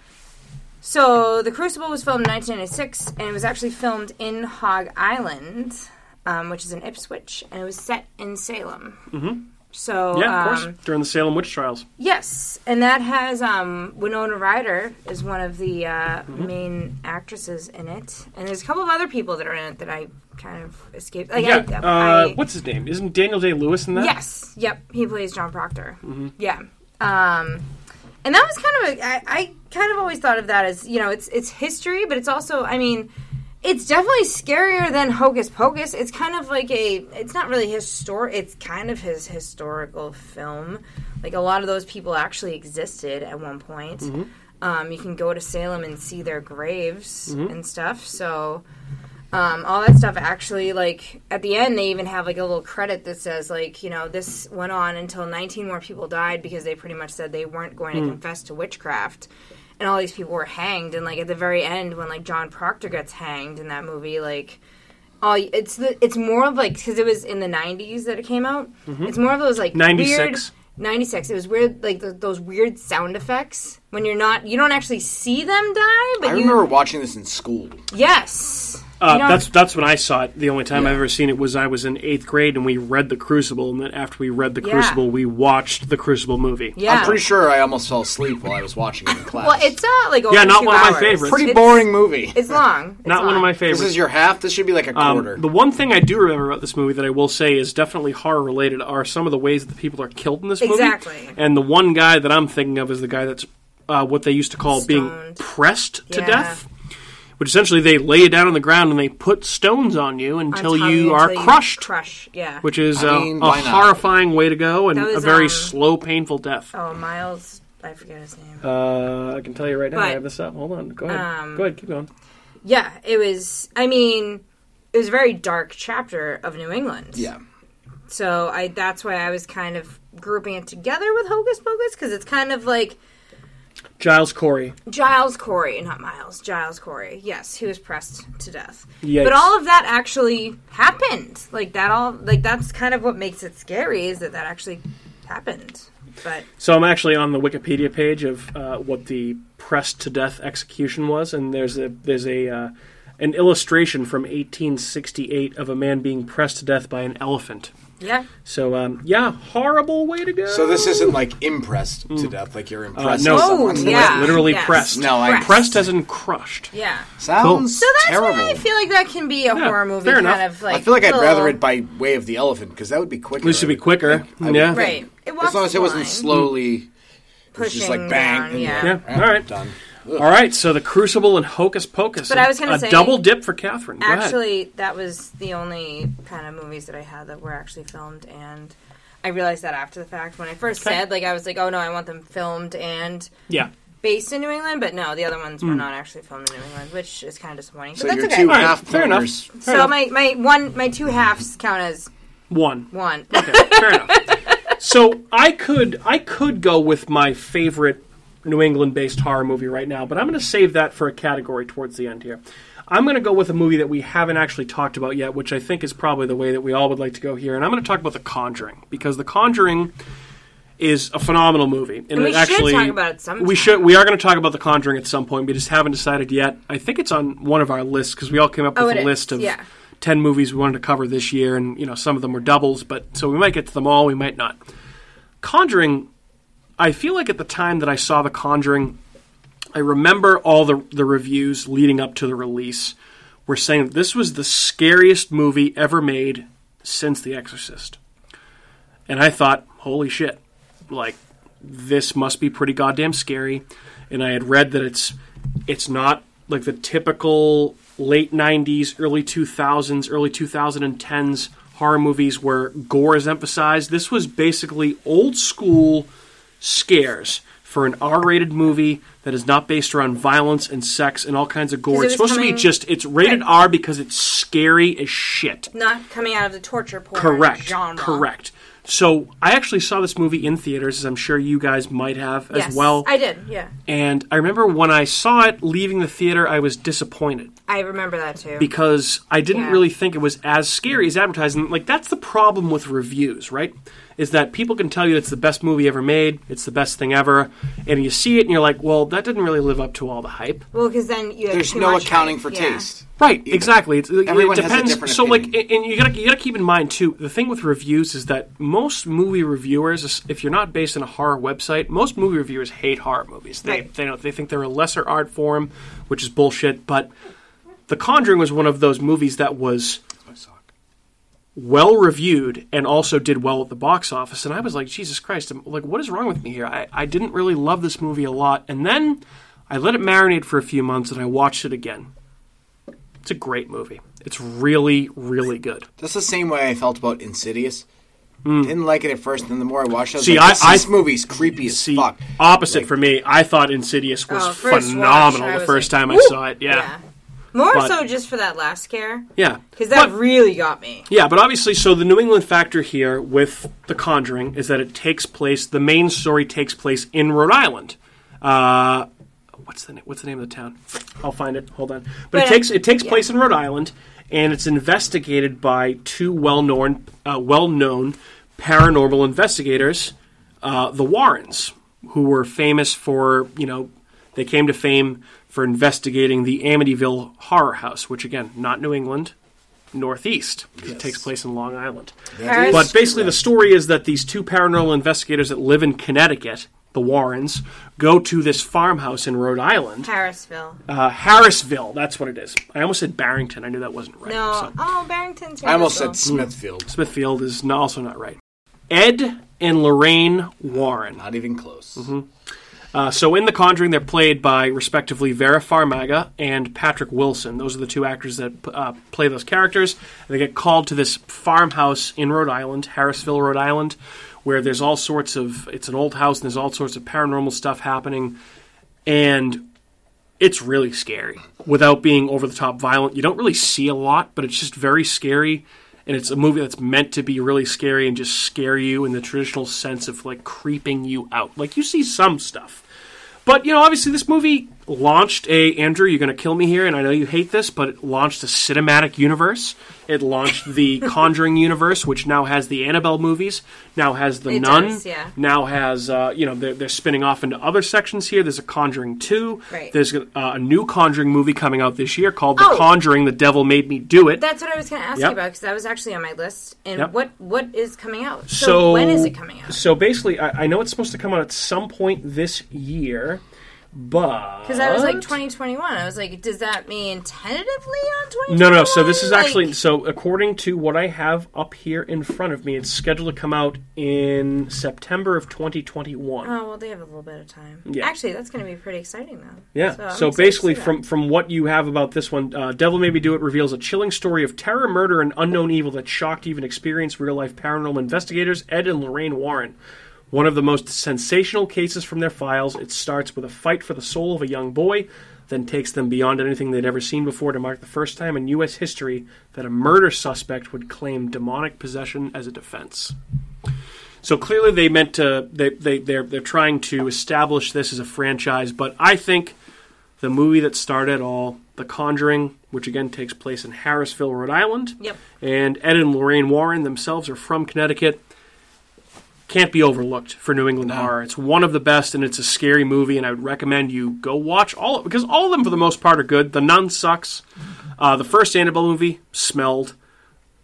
So The Crucible was filmed in 1996, and it was actually filmed in Hog Island, um, which is in Ipswich, and it was set in Salem. Mm-hmm. So
Yeah, of
um,
course. During the Salem witch trials.
yes, and that has um, Winona Ryder is one of the uh,
Mm-hmm.
main actresses in it, and there's a couple of other people that are in it that I kind of escaped. Like,
Yeah.
I,
Uh,
I-
what's his name? Isn't Daniel Day Lewis in that?
Yes. Yep. He plays John Proctor. Yeah. Um, and that was kind of a, I, I kind of always thought of that as you know it's it's history, but it's also I mean it's definitely scarier than Hocus Pocus. It's kind of like a it's not really historic. It's kind of his historical film. Like a lot of those people actually existed at one point. Um, you can go to Salem and see their graves and stuff. So um, all that stuff actually like at the end they even have like a little credit that says like you know this went on until 19 more people died because they pretty much said they weren't going to confess to witchcraft and all these people were hanged and like at the very end when like john proctor gets hanged in that movie like all it's the it's more of like because it was in the 90s that it came out it's more of those like weird
96.
96 it was weird like th those weird sound effects when you're not you don't actually see them die but
I
you
remember watching this in school.
yes
Uh,
You don't-
that's that's when I saw it. The only time I've ever seen it was I was in eighth grade and we read The Crucible, and then after we read The
Yeah.
Crucible, we watched The Crucible movie.
yeah
I'm pretty sure I almost fell asleep while I was watching it in class.
Well, it's uh, like over
Yeah, not
two
one of my
hours.
favorites.
pretty
it's-
boring movie.
It's long. It's
Not one
long.
of my favorites.
This is your half. This should be like a
Um,
quarter.
the one thing I do remember about this movie that I will say is definitely horror related are some of the ways that the people are killed in this movie.
Exactly.
And the one guy that I'm thinking of is the guy that's uh, what they used to call being
Stoned.
pressed to
Yeah.
death, which essentially they lay you down on the ground and they put stones on you
On
until
top of
you are
until
crushed,
Crush, yeah.
which is
I
uh,
mean,
a
why not?
horrifying way to go and
That was,
a very
um,
slow, painful death.
oh, Miles, I forget his name.
Uh, I can tell you right now. I
But, um,
have this up. Hold on. Go ahead. go ahead. Keep going.
yeah, it was. I mean, it was a very dark chapter of New England.
yeah.
So I that's why I was kind of grouping it together with Hocus Pocus because it's kind of like
Giles Corey.
Giles Corey, not Miles. Giles Corey. Yes, he was pressed to death.
Yikes.
But all of that actually happened. Like that all. Like that's kind of what makes it scary is that that actually happened. But
So I'm actually on the Wikipedia page of uh, what the pressed to death execution was, and there's a there's a uh, an illustration from 1868 of a man being pressed to death by an elephant.
yeah,
So um, yeah, horrible way to go.
So this isn't like impressed to death, like you're impressed.
Mm. no.
with
Oh,
someone.
yeah.
literally
Yes.
pressed.
No, I-
pressed as in crushed.
yeah.
Sounds
So that's
terrible.
why I feel like that can be a
Yeah,
horror movie
fair
kind
enough.
of like.
I feel like I'd
little-
rather it by way of the elephant because that would be quicker.
This should be quicker.
I would
yeah.
think.
Right. It walks
as long as it wasn't
the line.
slowly was just
Pushing
like bang.
down,
and
yeah.
you're
Yeah, all right.
Done.
All right. So the Crucible and Hocus Pocus.
But
a,
I was gonna
a
say-
double dip for Catherine. Go ahead.
Actually, that was the only kind of movies that I had that were actually filmed, and I realized that after the fact. When I first
Okay.
said, like, I was like, "Oh no, I want them filmed and
yeah.
based in New England," but no, the other ones were not actually filmed in New England, which is kind of disappointing.
So
but
your
that's okay.
two
Hmm. All right,
half
fair enough.
pointers.
Fair
so
enough.
my my one my two halves count as
one.
one.
Okay, fair enough. So I could I could go with my favorite New England based horror movie right now, but I'm going to save that for a category towards the end here. I'm going to go with a movie that we haven't actually talked about yet, which I think is probably the way that we all would like to go here. And I'm going to talk about The Conjuring because The Conjuring is a phenomenal movie, and,
we
it
should
actually
talk about it sometime.
we should we are going to talk about The Conjuring at some point. We just haven't decided yet. I think it's on one of our lists because we all came up
Oh,
with
it
a
is,
list of
yeah.
10 movies we wanted to cover this year, and you know some of them were doubles, but so we might get to them all, we might not. Conjuring, I feel like at the time that I saw The Conjuring, I remember all the the reviews leading up to the release were saying this was the scariest movie ever made since The Exorcist, and I thought, holy shit, like this must be pretty goddamn scary. And I had read that it's it's not like the typical late '90s, early 2000s, early 2010s horror movies where gore is emphasized. This was basically old school scares for an R-rated movie that is not based around violence and sex and all kinds of gore. It's
it was
supposed to
coming-
be just it's rated
Right.
R because it's scary as shit.
Not coming out of the torture porn
Correct.
genre.
Correct. So I actually saw this movie in theaters, as I'm sure you guys might have as
Yes,
well.
I did. Yeah,
and I remember when I saw it leaving the theater, I was disappointed
I remember that too.
because I didn't
Yeah.
really think it was as scary as advertised. And like that's the problem with reviews, right? Is that people can tell you it's the best movie ever made, it's the best thing ever, and you see it and you're like, well, that didn't really live up to all the hype.
well, because then you had
There's
too
no
much
accounting
hype.
for
Yeah.
taste.
Right, exactly. It's, it-
Everyone
it
has a
depends.
different
so, like,
opinion.
and and you gotta you gotta keep in mind too. The thing with reviews is that most movie reviewers, if you're not based on a horror website, most movie reviewers hate horror movies. They
Right.
they don't, they think they're a lesser art form, which is bullshit. But The Conjuring was one of those movies that was well reviewed and also did well at the box office. And I was like, Jesus Christ, I'm, like, what is wrong with me here? I, I didn't really love this movie a lot. And then I let it marinate for a few months and I watched it again. It's a great movie. It's really, really good.
That's the same way I felt about Insidious. Didn't like it at first, and the more I watched it, I was
Hmm. See,
like,
I-
this,
I-
this movie's creepy as
See,
fuck.
opposite for me, I thought Insidious was
Oh, first
phenomenal
watch, I
the
was
first
like,
time I
"Woo!"
saw it. Yeah.
More
But-
so just for that last scare.
Yeah.
Because that
But-
really got me.
Yeah, but obviously, so the New England factor here with The Conjuring is that it takes place. The main story takes place in Rhode Island. Uh, what's the na- what's the name of the town? I'll find it. Hold on. But, it
But,
takes it takes
yeah.
place in Rhode Island, and it's investigated by two well known uh, well known paranormal investigators, uh, the Warrens, who were famous for you know they came to fame for investigating the Amityville Horror House, which again not New England, Northeast because it takes place in Long Island.
Paris-
But basically, the story is that these two paranormal investigators that live in Connecticut, the Warrens, go to this farmhouse in Rhode Island,
Harrisville.
uh, Harrisville. That's what it is. I almost said Barrington. I knew that wasn't right.
no.
so-
Oh, Barrington's.
I almost
Harrisville.
said Smithfield.
Smithfield is n- also not right. Ed and Lorraine Warren.
Not even close.
Uh, so in The Conjuring, they're played by respectively Vera Farmiga and Patrick Wilson. Those are the two actors that uh, play those characters. And they get called to this farmhouse in Rhode Island, Harrisville, Rhode Island, where there's all sorts of. It's an old house, and there's all sorts of paranormal stuff happening, and it's really scary without being over the top violent. You don't really see a lot, but it's just very scary. And it's a movie that's meant to be really scary and just scare you in the traditional sense of like creeping you out. Like you see some stuff, but you know, obviously, this movie launched a Andrew, you're going to kill me here, and I know you hate this, but it launched a cinematic universe. It launched the Conjuring universe, which now has the Annabelle movies, now has the
It
Nun,
does, yeah.
now has uh, you know they're, they're spinning off into other sections here. There's a Conjuring two.
Right.
There's uh, a new Conjuring movie coming out this year called The
Oh.
Conjuring: The Devil Made Me Do It.
That's what I was going to ask
Yep.
you about because that was actually on my list. And
Yep.
what what is coming out? So,
so,
when is it coming out?
So basically, I, I know it's supposed to come out at some point this year, but
Because I was like 2021. I was like, does that mean tentatively on 2021?
No, no. So this is actually
Like,
so according to what I have up here in front of me, it's scheduled to come out in September of 2021.
oh well, they have a little bit of time.
Yeah.
Actually, that's going to be pretty exciting though.
yeah.
I'm
So,
excited to
basically,
see that.
from from what you have about this one, uh, Devil Maybe Do It reveals a chilling story of terror, murder, and unknown evil that shocked even experienced real life paranormal investigators Ed and Lorraine Warren. One of the most sensational cases from their files. It starts with a fight for the soul of a young boy, then takes them beyond anything they'd ever seen before to mark the first time in U.S. history that a murder suspect would claim demonic possession as a defense. So clearly, they meant to. They they they're they're trying to establish this as a franchise. But I think the movie that started it all, The Conjuring, which again takes place in Harrisville, Rhode Island.
Yep.
And Ed and Lorraine Warren themselves are from Connecticut. Can't be overlooked for New England horror. It's one of the best, and it's a scary movie. And I would recommend you go watch all because all of them for the most part are good. The Nun sucks. Uh, the first Annabelle movie smelled,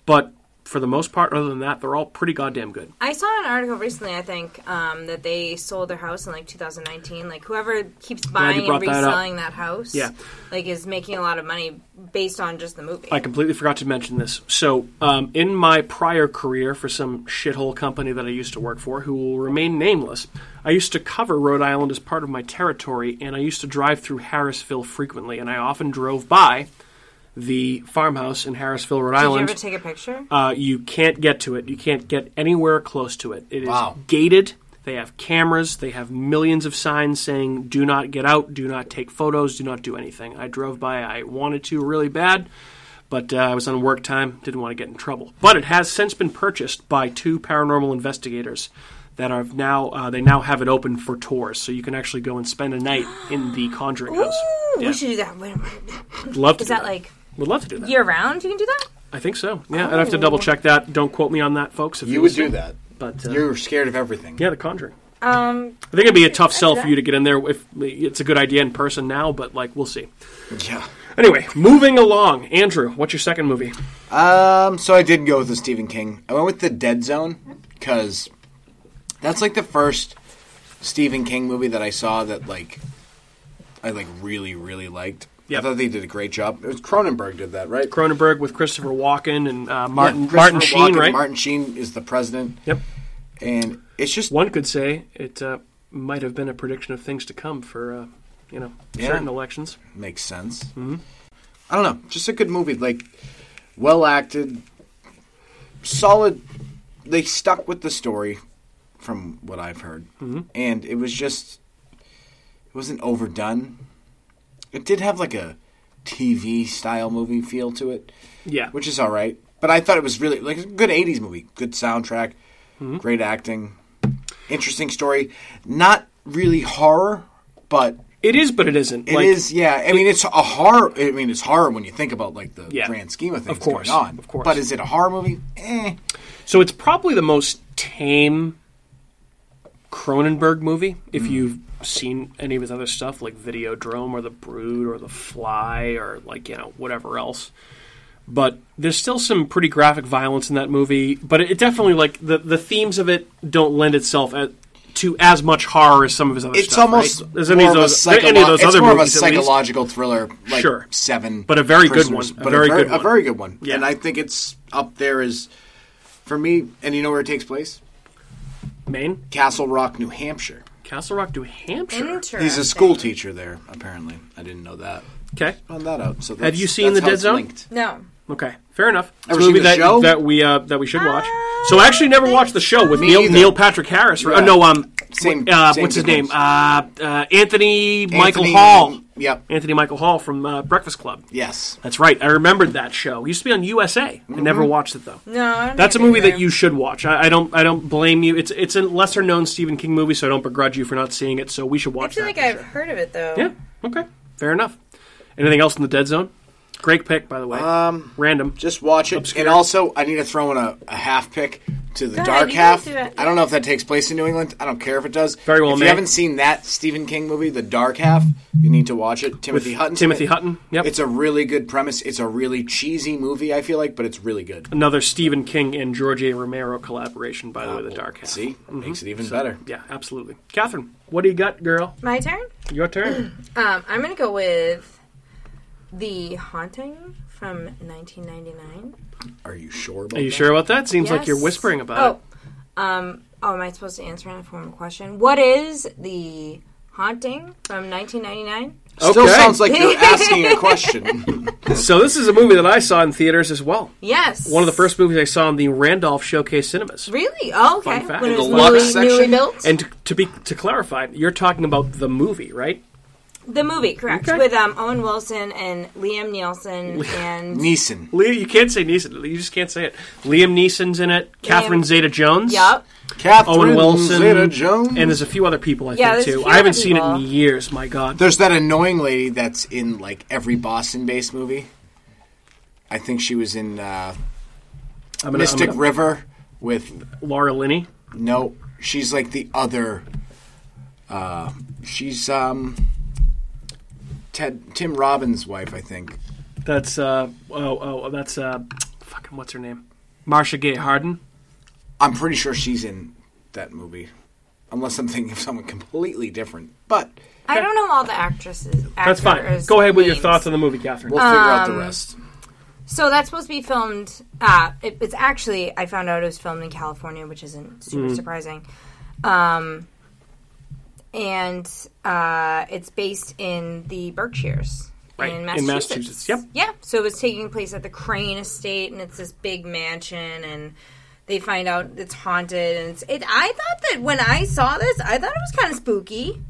but for the most part, other than that, they're all pretty goddamn good.
I saw an article recently, I think, um, that they sold their house in like 2019. Like whoever keeps
you
buying and
brought that up.
reselling that, house,
Yeah.
like is making a lot of money based on just the movie.
I completely forgot to mention this. So, um, in my prior career for some shithole company that I used to work for, who will remain nameless, I used to cover Rhode Island as part of my territory, and I used to drive through Harrisville frequently, and I often drove by the farmhouse in Harrisville, Rhode
Did you
Island.
ever take a picture?
Uh, you can't get to it. You can't get anywhere close to it. It is
Wow.
gated. They have cameras. They have millions of signs saying "Do not get out," "Do not take photos," "Do not do anything." I drove by. I wanted to really bad, but uh, I was on work time. Didn't want to get in trouble. But it has since been purchased by two paranormal investigators that are now uh, they now have it open for tours, so you can actually go and spend a night in the Conjuring house.
Ooh,
Yeah.
We should do that. Wait a minute.
Love to
Is
do
that like
Would love to do that.
year round? You can do that.
I think so. Yeah, I'd have to double check that. Don't quote me on that, folks. If
You would
listen.
do that.
But uh,
You're scared of everything.
yeah, The Conjuring.
Um,
I think it'd be a tough sell for
that.
you to get in there. If it's a good idea in person now, but like we'll see.
Yeah.
Anyway, moving along. Andrew, what's your second movie?
Um, so I did go with the Stephen King. I went with the Dead Zone because that's like the first Stephen King movie that I saw that like I like really really liked.
Yep.
I thought they did a great job. It was Cronenberg did that, right?
Cronenberg with Christopher Walken and uh, Martin
Yeah, Christopher
Martin Sheen,
Walken,
right?
Martin Sheen is the president,
Yep.
and it's just
One could say it uh, might have been a prediction of things to come for uh, you know
Yeah.
certain elections.
makes sense. Mm-hmm. I don't know, just a good movie, like well acted, solid. They stuck with the story, from what I've heard, mm-hmm. and it was just it wasn't overdone. It did have like a TV style movie feel to it,
Yeah.
which is all right. But I thought it was really like a good '80s movie, good soundtrack, great acting, interesting story. Not really horror, but
it is, but it isn't.
it is, yeah. I mean, it's a horror. I mean, it's horror when you think about like the
Yeah.
grand scheme of things
course,
going on.
of course.
but is it a horror movie? Eh.
So it's probably the most tame Cronenberg movie if
Hmm.
you've seen any of his other stuff like Videodrome or The Brood or The Fly or like you know whatever else. But there's still some pretty graphic violence in that movie, but it, it definitely like the the themes of it don't lend itself at, to as much horror as some of his other
It's
stuff.
almost
right? As
more
any of
of a
those,
psycholo-
any of those
it's
other
more
movies,
of
at
a
least.
psychological thriller, like
Sure.
seven,
But a very good
Prisoners,
one. A very good one.
a very good one.
Yeah.
And I think it's up there as for me. And you know where it takes place?
Maine,
Castle Rock, New Hampshire.
Castle Rock, New Hampshire.
interesting.
He's a school teacher there, apparently. I didn't know that.
Okay,
Found that out. So that's,
you seen
that's
The
how
Dead
it's
Zone?
linked.
No.
Okay, fair enough. It's
Ever
a movie
seen the
that,
show?
that we uh, that we
Ah,
should watch. So I actually never watched the show with
Me
Neil,
either.
Neil Patrick Harris. Or, uh,
Yeah.
no, um,
Same-
uh,
same
what's his name?
difference.
Uh, uh, Anthony Michael
Anthony-
Hall.
Yep.
Anthony Michael Hall from uh, Breakfast Club.
Yes.
That's right. I remembered that show. It used to be on USA.
Mm-hmm.
I never watched it though.
No. I don't
That's a
think I
movie
do.
that you should watch. I, I don't. I don't blame you. It's it's a lesser known Stephen King movie, so I don't begrudge you for not seeing it. So we should
I
watch
feel
that. for
like I've
sure.
heard of it though.
Yeah. Okay, fair enough. Anything else in the dead zone? Great pick, by the way. Um, Random.
Just watch it.
Obscure.
And also, I need to throw in a, a half pick to the
ahead,
dark
you can
half.
do that.
I don't know if that takes place in New England. I don't care if it does.
Very well
If
may.
you haven't seen that Stephen King movie, The Dark Half, you need to watch it. Timothy Hutton.
Timothy Hutton. Yep.
It's a really good premise. It's a really cheesy movie, I feel like, but it's really good.
Another Stephen King and George A. Romero collaboration, by the way, The Dark Half. Mm-hmm.
See? Makes it even better.
Yeah, absolutely. Catherine, what do you got, girl?
My turn.
Your turn.
Um, I'm gonna go with the haunting from 1999.
Are you sure about
Are you
that?
sure about that? Seems like you're
Yes.
whispering about it.
Oh, um, oh, am I supposed to answer in a form of question? What is the haunting from 1999?
Still
Okay.
sounds like you're asking a question.
So this is a movie that I saw in theaters as well.
Yes,
One of the first movies I saw in the Randolph Showcase Cinemas.
Really? Oh, okay.
Fun fact.
When it
The
was
Lux
newly,
section?
newly built.
And to, to be to clarify, you're talking about the movie, right?
the movie, correct?
Okay.
With um, Owen Wilson and Liam Nielsen and
Neeson.
Lee, you can't say Neeson. You just can't say it. Liam Neeson's in it. Catherine Zeta-Jones.
Yup.
Catherine
Owen Wilson.
Zeta-Jones.
And there's a few other people I think
Yeah, there's a
too.
few
I haven't
other
seen it in
people.
years. My God.
There's that annoying lady that's in like every Boston-based movie. I think she was in uh,
I'm gonna,
Mystic
I'm gonna-
River with
Laura Linney.
no. She's like the other. Uh, she's um, Ted Tim Robbins' wife, I think.
That's uh oh oh that's uh fucking what's her name? Marsha Gay Harden.
I'm pretty sure she's in that movie, unless I'm thinking of someone completely different. But
I don't know all the actresses.
That's fine.
actors'
Go ahead with your
names.
thoughts on the movie, Catherine.
we'll figure out
Um,
the rest.
So that's supposed to be filmed. Uh, it, it's actually I found out it was filmed in California, which isn't super
Mm-hmm.
surprising. Um, and uh, it's based in the Berkshires
Right,
in
in
Massachusetts.
Massachusetts, yep.
Yeah. So it was taking place at the Crane Estate, and it's this big mansion, and they find out it's haunted. And it's, it, I thought that when I saw this, I thought it was kind of spooky.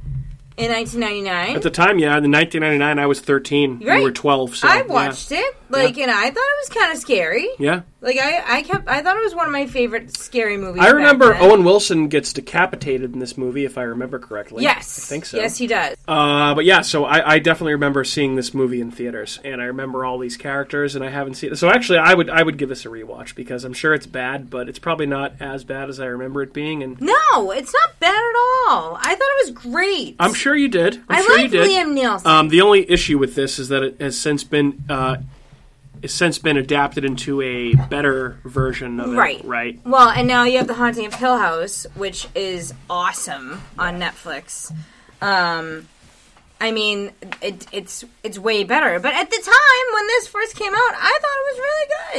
In 1999,
At the time, yeah, in 1999, I was 13.
Right.
You were 12. So
I
yeah.
watched it, like, and I thought it was kind of scary.
Yeah.
Like I, I kept I thought it was one of my favorite scary movies.
I
back
remember
then.
Owen Wilson gets decapitated in this movie, if I remember correctly.
Yes.
I think so.
Yes, he does.
Uh, but yeah, so I, I definitely remember seeing this movie in theaters, and I remember all these characters, and I haven't seen. So actually, I would I would give this a rewatch because I'm sure it's bad, but it's probably not as bad as I remember it being. And
no, it's not bad at all. I thought it was great.
I'm sure you did. I'm
I
sure
like
you did.
Liam Neeson.
Um, the only issue with this is that it has since been uh, has since been adapted into a better version of
right.
it. Right.
Well, and now you have The Haunting of Hill House, which is awesome on Netflix. Um I mean, it, it's it's way better. But at the time when this first came out, I thought it was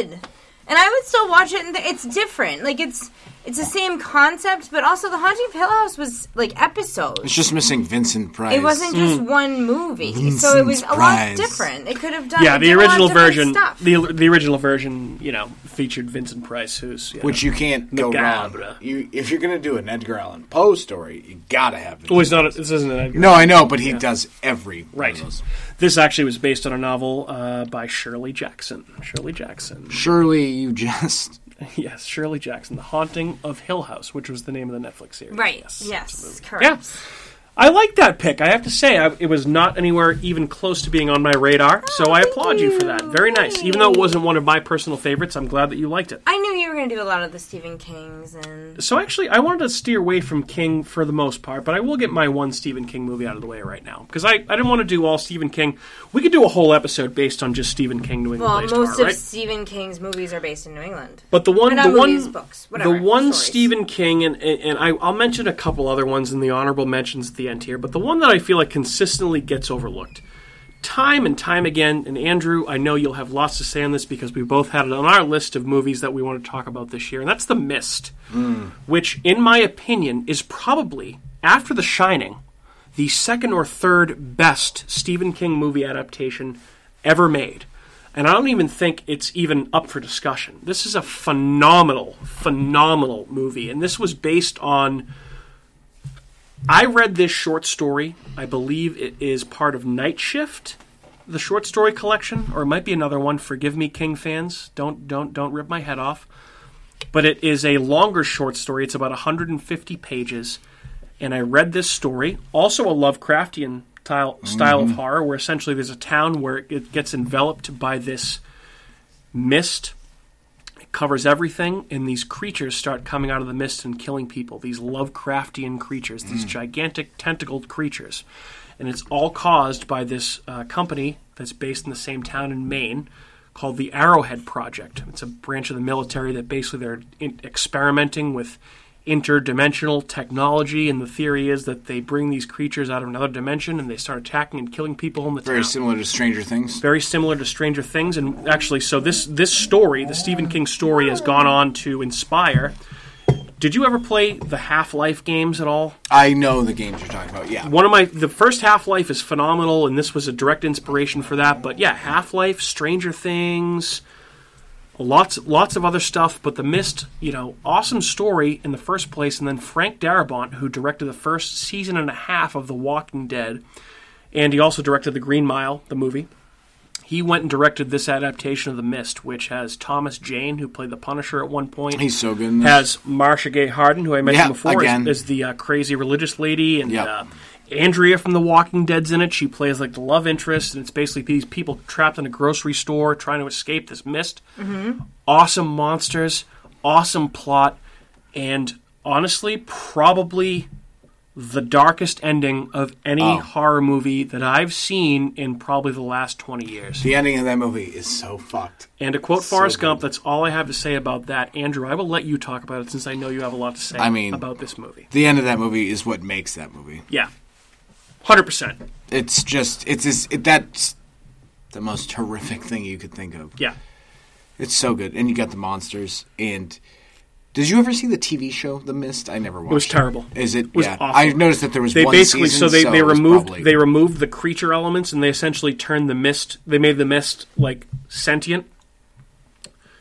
really good, and I would still watch it. And th- it's different, like it's it's the same concept, but also the Haunting of Hill House was like episodes.
It's just missing Vincent Price.
It wasn't just one movie, so it was a lot
Price.
different. It could have done
Yeah,
it
the
did a lot
original
different
version.
Stuff.
The the original version, you know, featured Vincent Price, who's you know,
Which you can't go
Macabre.
wrong. You, if you're gonna do an Edgar Allan Poe story, you gotta have. Vincent
well, he's not. This isn't an
No, I know, but he does every
Right.
One of those.
This actually was based on a novel uh, by Shirley Jackson. Shirley Jackson.
Surely you just
Yes, Shirley Jackson. The Haunting of Hill House, which was the name of the Netflix series.
right? Yes, correct.
Yeah. I like that pick. I have to say, I, it was not anywhere even close to being on my
Oh,
radar, so I applaud you. for that. Very nice. Even though it wasn't one of my personal favorites, I'm glad that you liked it.
I knew you were going to do a lot of the Stephen Kings and
So actually, I wanted to steer away from King for the most part, but I will get my one Stephen King movie out of the way right now because I, I didn't want to do all Stephen King. We could do a whole episode based on just Stephen King doing
well,
the
most
Blazed
of
Horror, right?
Stephen King's movies are based in New England.
But the one,
They're not
the
movies,
one,
books,
the
whatever,
one
stories.
Stephen King, and and, and I, I'll mention a couple other ones in the honorable mentions at the end here. But the one that I feel like consistently gets overlooked, time and time again. And Andrew, I know you'll have lots to say on this because we both had it on our list of movies that we want to talk about this year, and that's The Mist, which, in my opinion, is probably after The Shining, the second or third best Stephen King movie adaptation ever made. And I don't even think it's even up for discussion. This is a phenomenal, phenomenal movie. And this was based on. I read this short story. I believe it is part of Night Shift, the short story collection, or it might be another one. Forgive me, King fans. Don't don't don't rip my head off. But it is a longer short story. It's about 150 pages, and I read this story, also a Lovecraftian style style of horror, where essentially there's a town where it- it gets enveloped by this mist. It covers everything, and these creatures start coming out of the mist and killing people. These Lovecraftian creatures, these gigantic tentacled creatures, and it's all caused by this uh, company that's based in the same town in Maine called the Arrowhead Project. It's a branch of the military that basically they're in- experimenting with interdimensional technology, and the theory is that they bring these creatures out of another dimension and they start attacking and killing people in the
Very
town
similar to Stranger Things.
very similar to Stranger Things, and actually, so this this story, the Stephen King story, has gone on to inspire. Did you ever play the Half Life games at all?
I know the games you're talking about. Yeah.
One of my the first Half Life is phenomenal, and this was a direct inspiration for that. But yeah, Half Life, Stranger Things, lots lots of other stuff. But The Mist, you know, awesome story in the first place, and then Frank Darabont, who directed the first season and a half of The Walking Dead, and he also directed The Green Mile, the movie. He went and directed this adaptation of The Mist, which has Thomas Jane, who played the Punisher at one point
He's so good in this.
has Marsha Gay Harden, who I mentioned
Mm-hmm. Yeah,
before,
again.
is, is the uh, crazy religious lady, and
Yep.
uh, Andrea from The Walking Dead's in it. She plays like the love interest, and it's basically these people trapped in a grocery store trying to escape this mist.
Mm-hmm.
Awesome monsters, awesome plot, and honestly, probably the darkest ending of any
Oh.
horror movie that I've seen in probably the last twenty years.
The ending of that movie is so fucked.
And to quote Forrest
good.
Gump, that's all I have to say about that. Andrew, I will let you talk about it since I know you have a lot to say
I mean-
about this movie.
The end of that movie is what makes that movie.
Yeah. 100%.
It's just it's is it, that's the most horrific thing you could think of.
Yeah.
It's so good, and you got the monsters. And did you ever see the TV show The Mist? I never watched.
It was terrible.
Is it?
was
yeah,
awful.
I noticed that there was
They
one
basically
season,
so they, they
it was
removed
probably-
they removed the creature elements and they essentially turned the mist they made the mist like sentient.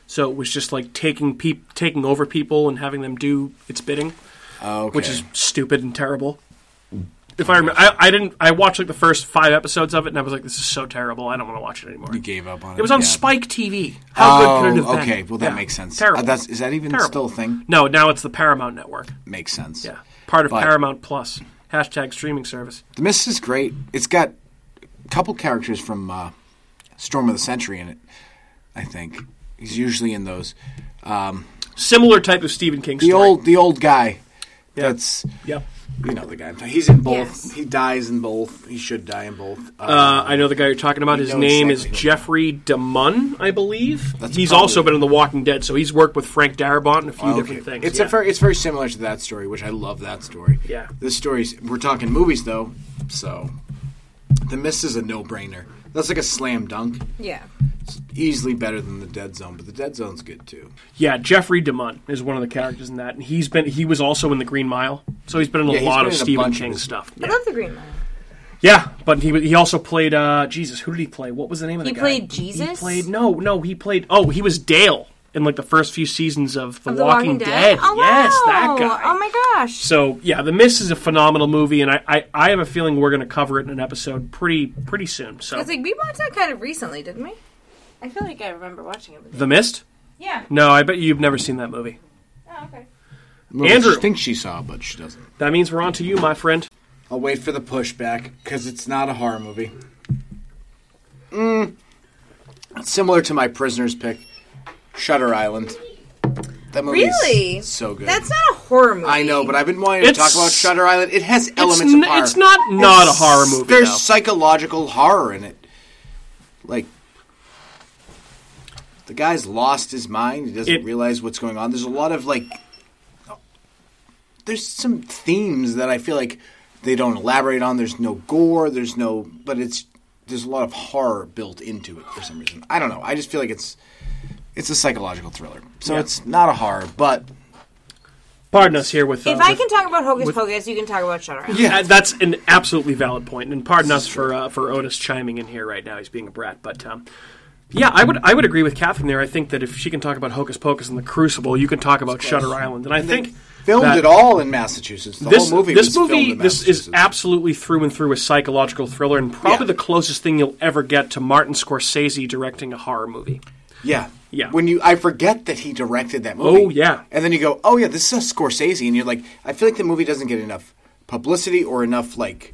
So it was just like taking peop, taking over people and having them do its bidding.
Oh, okay.
which is stupid and terrible. If I remember, I, I didn't. I watched like the first five episodes of it, and I was like, "This is so terrible. I don't want to watch it anymore."
You gave up on it.
It was on
yeah.
Spike TV. How
Oh,
good could it have been?
okay. Well, that
Yeah.
makes sense.
Terrible.
Uh, that's, is that even
Terrible.
still a thing?
no, now it's the Paramount Network.
Makes sense.
Yeah, part of
But-
Paramount Plus. Hashtag streaming service.
The Mist is great. It's got a couple characters from uh, Storm of the Century in it. I think he's usually in those. Um,
Similar type of Stephen King
the
story.
old the old guy.
Yeah.
That's
Yep.
you know the guy. I'm talking- He's in both.
Yes.
He dies in both. He should die in both. Uh,
Uh, I know the guy you're talking about. His
know
name
exactly
is
who-
Jeffrey DeMunn, I believe.
That's
he's
probably- Oh,
also been in The Walking Dead, so he's worked with Frank Darabont and a few
okay.
different things.
It's
yeah.
a very, it's very similar to that story, which I love that story.
Yeah.
This story's we're talking movies though, so The Mist is a no brainer. That's like a slam dunk.
Yeah.
Easily better than the Dead Zone, but the Dead Zone's good too.
Yeah, Jeffrey DeMunn is one of the characters in that, and he's been he was also in the Green Mile, so he's been in a
Yeah, he's
lot
been
of
in a
Stephen
bunch of
King
his-
stuff.
I
Yeah.
love the Green Mile.
Yeah, but he wa- he also played uh Jesus. Who did he play? What was the name of
He
the guy?
played Jesus?
He played no, no. He played oh, he was Dale in like the first few seasons of The,
Of The
Walking,
Walking
Dead.
Dead. Oh,
yes, that
wow.
guy.
Oh my gosh.
so yeah, The Mist is a phenomenal movie, and I, I, I have a feeling we're going to cover it in an episode pretty pretty soon. So
It's like we watched that kind of recently, didn't we? I feel like I remember watching it. With
The Mist?
Yeah.
No, I bet you've never seen that movie.
Oh, okay.
Movies
Andrew.
she thinks she saw, but she doesn't.
That means we're on to you, my friend.
I'll wait for the pushback because it's not a horror movie. Mm. Similar to my prisoner's pick, Shutter Island. That movie is
Really?
so good.
That's not a horror movie.
I know, but I've been wanting to
It's-
talk about Shutter Island. It has elements
n-
of horror.
it's not not a horror movie,
There's
though.
psychological horror in it. Like the guy's lost his mind. He doesn't
It-
realize what's going on. There's a lot of like. There's some themes that I feel like they don't elaborate on. There's no gore. There's no, but it's there's a lot of horror built into it for some reason. I don't know. I just feel like it's it's a psychological thriller, so
Yeah.
it's not a horror, but
Pardon us here with uh,
If I
with-
can talk about Hocus Pocus, you can talk about Shutter Island.
Uh, that's an absolutely valid point, and pardon us for uh, for Otis chiming in here right now. He's being a brat, but um, yeah, I would I would agree with Catherine there. I think that if she can talk about Hocus Pocus and the Crucible, you can talk about Shutter Island, and I think
filmed
that
it all in Massachusetts. The
This
whole movie
this
was filmed
movie
in
this is
Massachusetts.
absolutely through and through a psychological thriller, and probably
Yeah.
the closest thing you'll ever get to Martin Scorsese directing a horror movie.
Yeah.
Yeah.
When you I forget that he directed that movie.
Oh, yeah.
And then you go, "Oh yeah, this is a Scorsese." And you're like, "I feel like the movie doesn't get enough publicity or enough like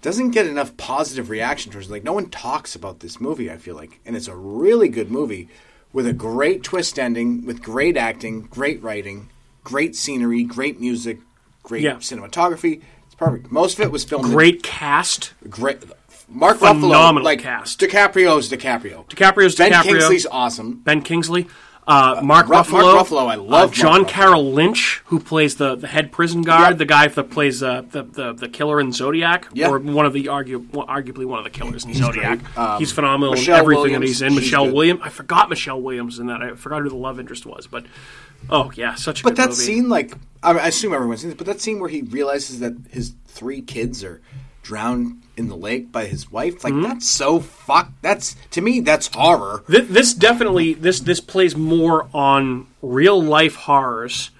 doesn't get enough positive reaction towards it. Like, no one talks about this movie, I feel like. And it's a really good movie with a great twist ending, with great acting, great writing, great scenery, great music, great
Yeah.
cinematography. It's perfect. Most of it was filmed. in-
Great cast.
great. Mark Ruffalo,
Phenomenal
like
cast.
DiCaprio's DiCaprio.
DiCaprio's
ben
DiCaprio.
Kingsley's awesome.
Ben Kingsley, uh, Mark
Ru- Mark
Ruffalo, Uh,
Ruffalo, I love Mark
John
Ruffalo.
Carroll Lynch, who plays the, the head prison guard,
Yep.
the guy that plays uh, the, the the killer in Zodiac,
Yeah.
or one of the argu- well, arguably one of the killers in Zodiac.
great. Um,
he's phenomenal
Michelle
in everything that
Williams,
he's in.
she's
Michelle
good.
Williams, I forgot Michelle Williams in that. I forgot who the love interest was, but oh yeah, such a
But
good
that
movie.
scene, like, I, I assume everyone's seen this, but that scene where he realizes that his three kids are drowned in the lake by his wife,
Hmm?
like, that's so fuck. That's, to me, that's horror.
Thi- this definitely this this plays more on real life horrors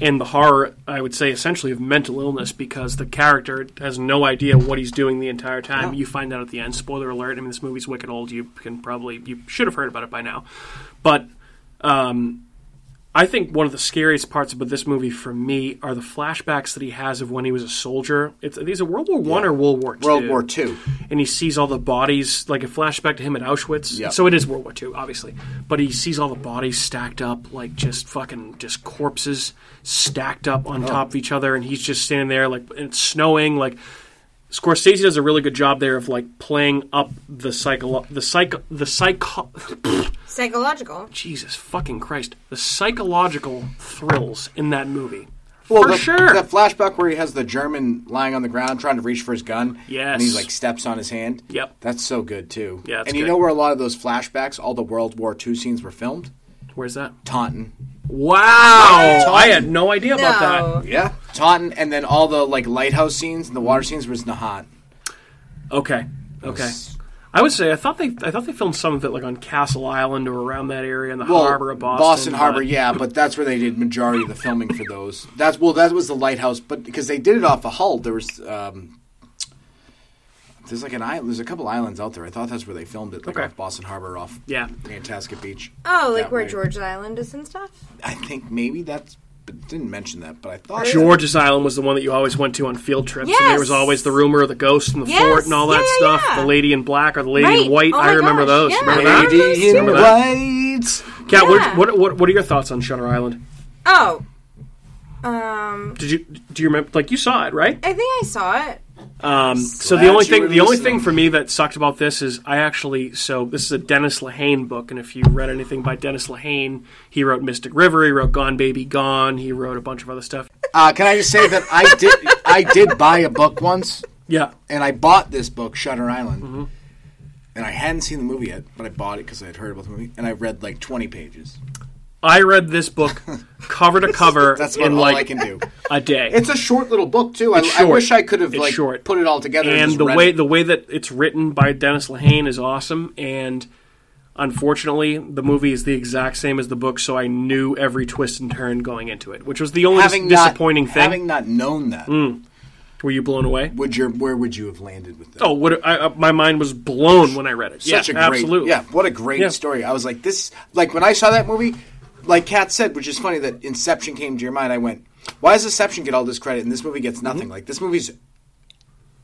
and the horror I would say essentially of mental illness because the character has no idea what he's doing the entire time. You find out at the end. Spoiler alert! I mean, this movie's wicked old. You can probably you should have heard about it by now, but. Um, I think one of the scariest parts about this movie for me are the flashbacks that he has of when he was a soldier. It's, these are World War One or World War Two.
World War II.
and he sees all the bodies, like a flashback to him at Auschwitz.
Yeah.
So it is World War II, obviously. But he sees all the bodies stacked up, like just fucking just corpses stacked up
Oh.
on top of each other, and he's just standing there, like and it's snowing. Like Scorsese does a really good job there of like playing up the psycho, the psycho, the psycho.
Psychological.
Jesus fucking Christ, the psychological thrills in that movie.
Well,
For
the-
sure.
That flashback where he has the German lying on the ground trying to reach for his gun.
Yes.
And he's like steps on his hand.
Yep.
That's so good, too.
Yeah, it's
And you
good.
know where a lot of those flashbacks, all the World War II scenes were filmed?
Where's that?
Taunton.
Wow, I had no idea about that.
No.
Yeah. Taunton, and then all the, like, lighthouse scenes and the water scenes was Nahant.
Okay, okay. I would say I thought they I thought they filmed some of it like on Castle Island or around that area in the
Well,
harbor of Boston.
Harbor,
but-
yeah, but that's where they did majority of the filming for those. That's well, that was the lighthouse, but because they did it off a of hull, there was um, there's like an island. There's a couple islands out there. I thought that's where they filmed it, like
Okay.
off Boston Harbor, off
Yeah.
Nantasket Beach.
Oh, like
That
where
way.
George's Island is and stuff?
I think maybe that's. But didn't mention that, but I thought
George's Island was the one that you always went to on field trips, and there was
Yes.
always the rumor of the ghost and the
Yes,
fort and all that
yeah,
stuff.
yeah.
The lady in black or the lady in
Right.
white.
Oh
I
my
remember
gosh,
those.
yeah.
Remember that?
Lady-
Lady in
Remember
white.
Kat,
Yeah.
what, what, what what are your thoughts on Shutter Island?
Oh. Um,
Did you do you remember? Like you saw it, right?
I think I saw it.
Um, so the
Glad
only
you
thing
were
the only
listening.
thing for me that sucked about this is I actually so this is a Dennis Lehane book, and if you read anything by Dennis Lehane, he wrote Mystic River, he wrote Gone Baby Gone, he wrote a bunch of other stuff.
Uh, can I just say that I did I did buy a book once
Yeah,
and I bought this book, Shutter Island,
Mm-hmm.
and I hadn't seen the movie yet, but I bought it because I had heard about the movie, and I read like twenty pages.
I read this book cover to cover
That's about
in
all
like
I can do.
a day.
It's a short little book too. I, I
short.
wish I could have
It's
like
short.
put it all together. And,
and
just
the
read
way
it.
the way that it's written by Dennis Lehane is awesome. And unfortunately, the movie is the exact same as the book, so I knew every twist and turn going into it, which was the only
having not-
disappointing thing. Mm.
having not known that,
Were you blown away?
would your where would you have landed with that?
Oh, what I, uh, my mind was blown when I read it.
such
yeah,
a great,
absolutely.
yeah, what a great
Yeah.
story. I was like this, like when I saw that movie, like Kat said, which is funny that Inception came to your mind. I went, why does Inception get all this credit and this movie
Mm-hmm.
gets nothing? Like this movie's.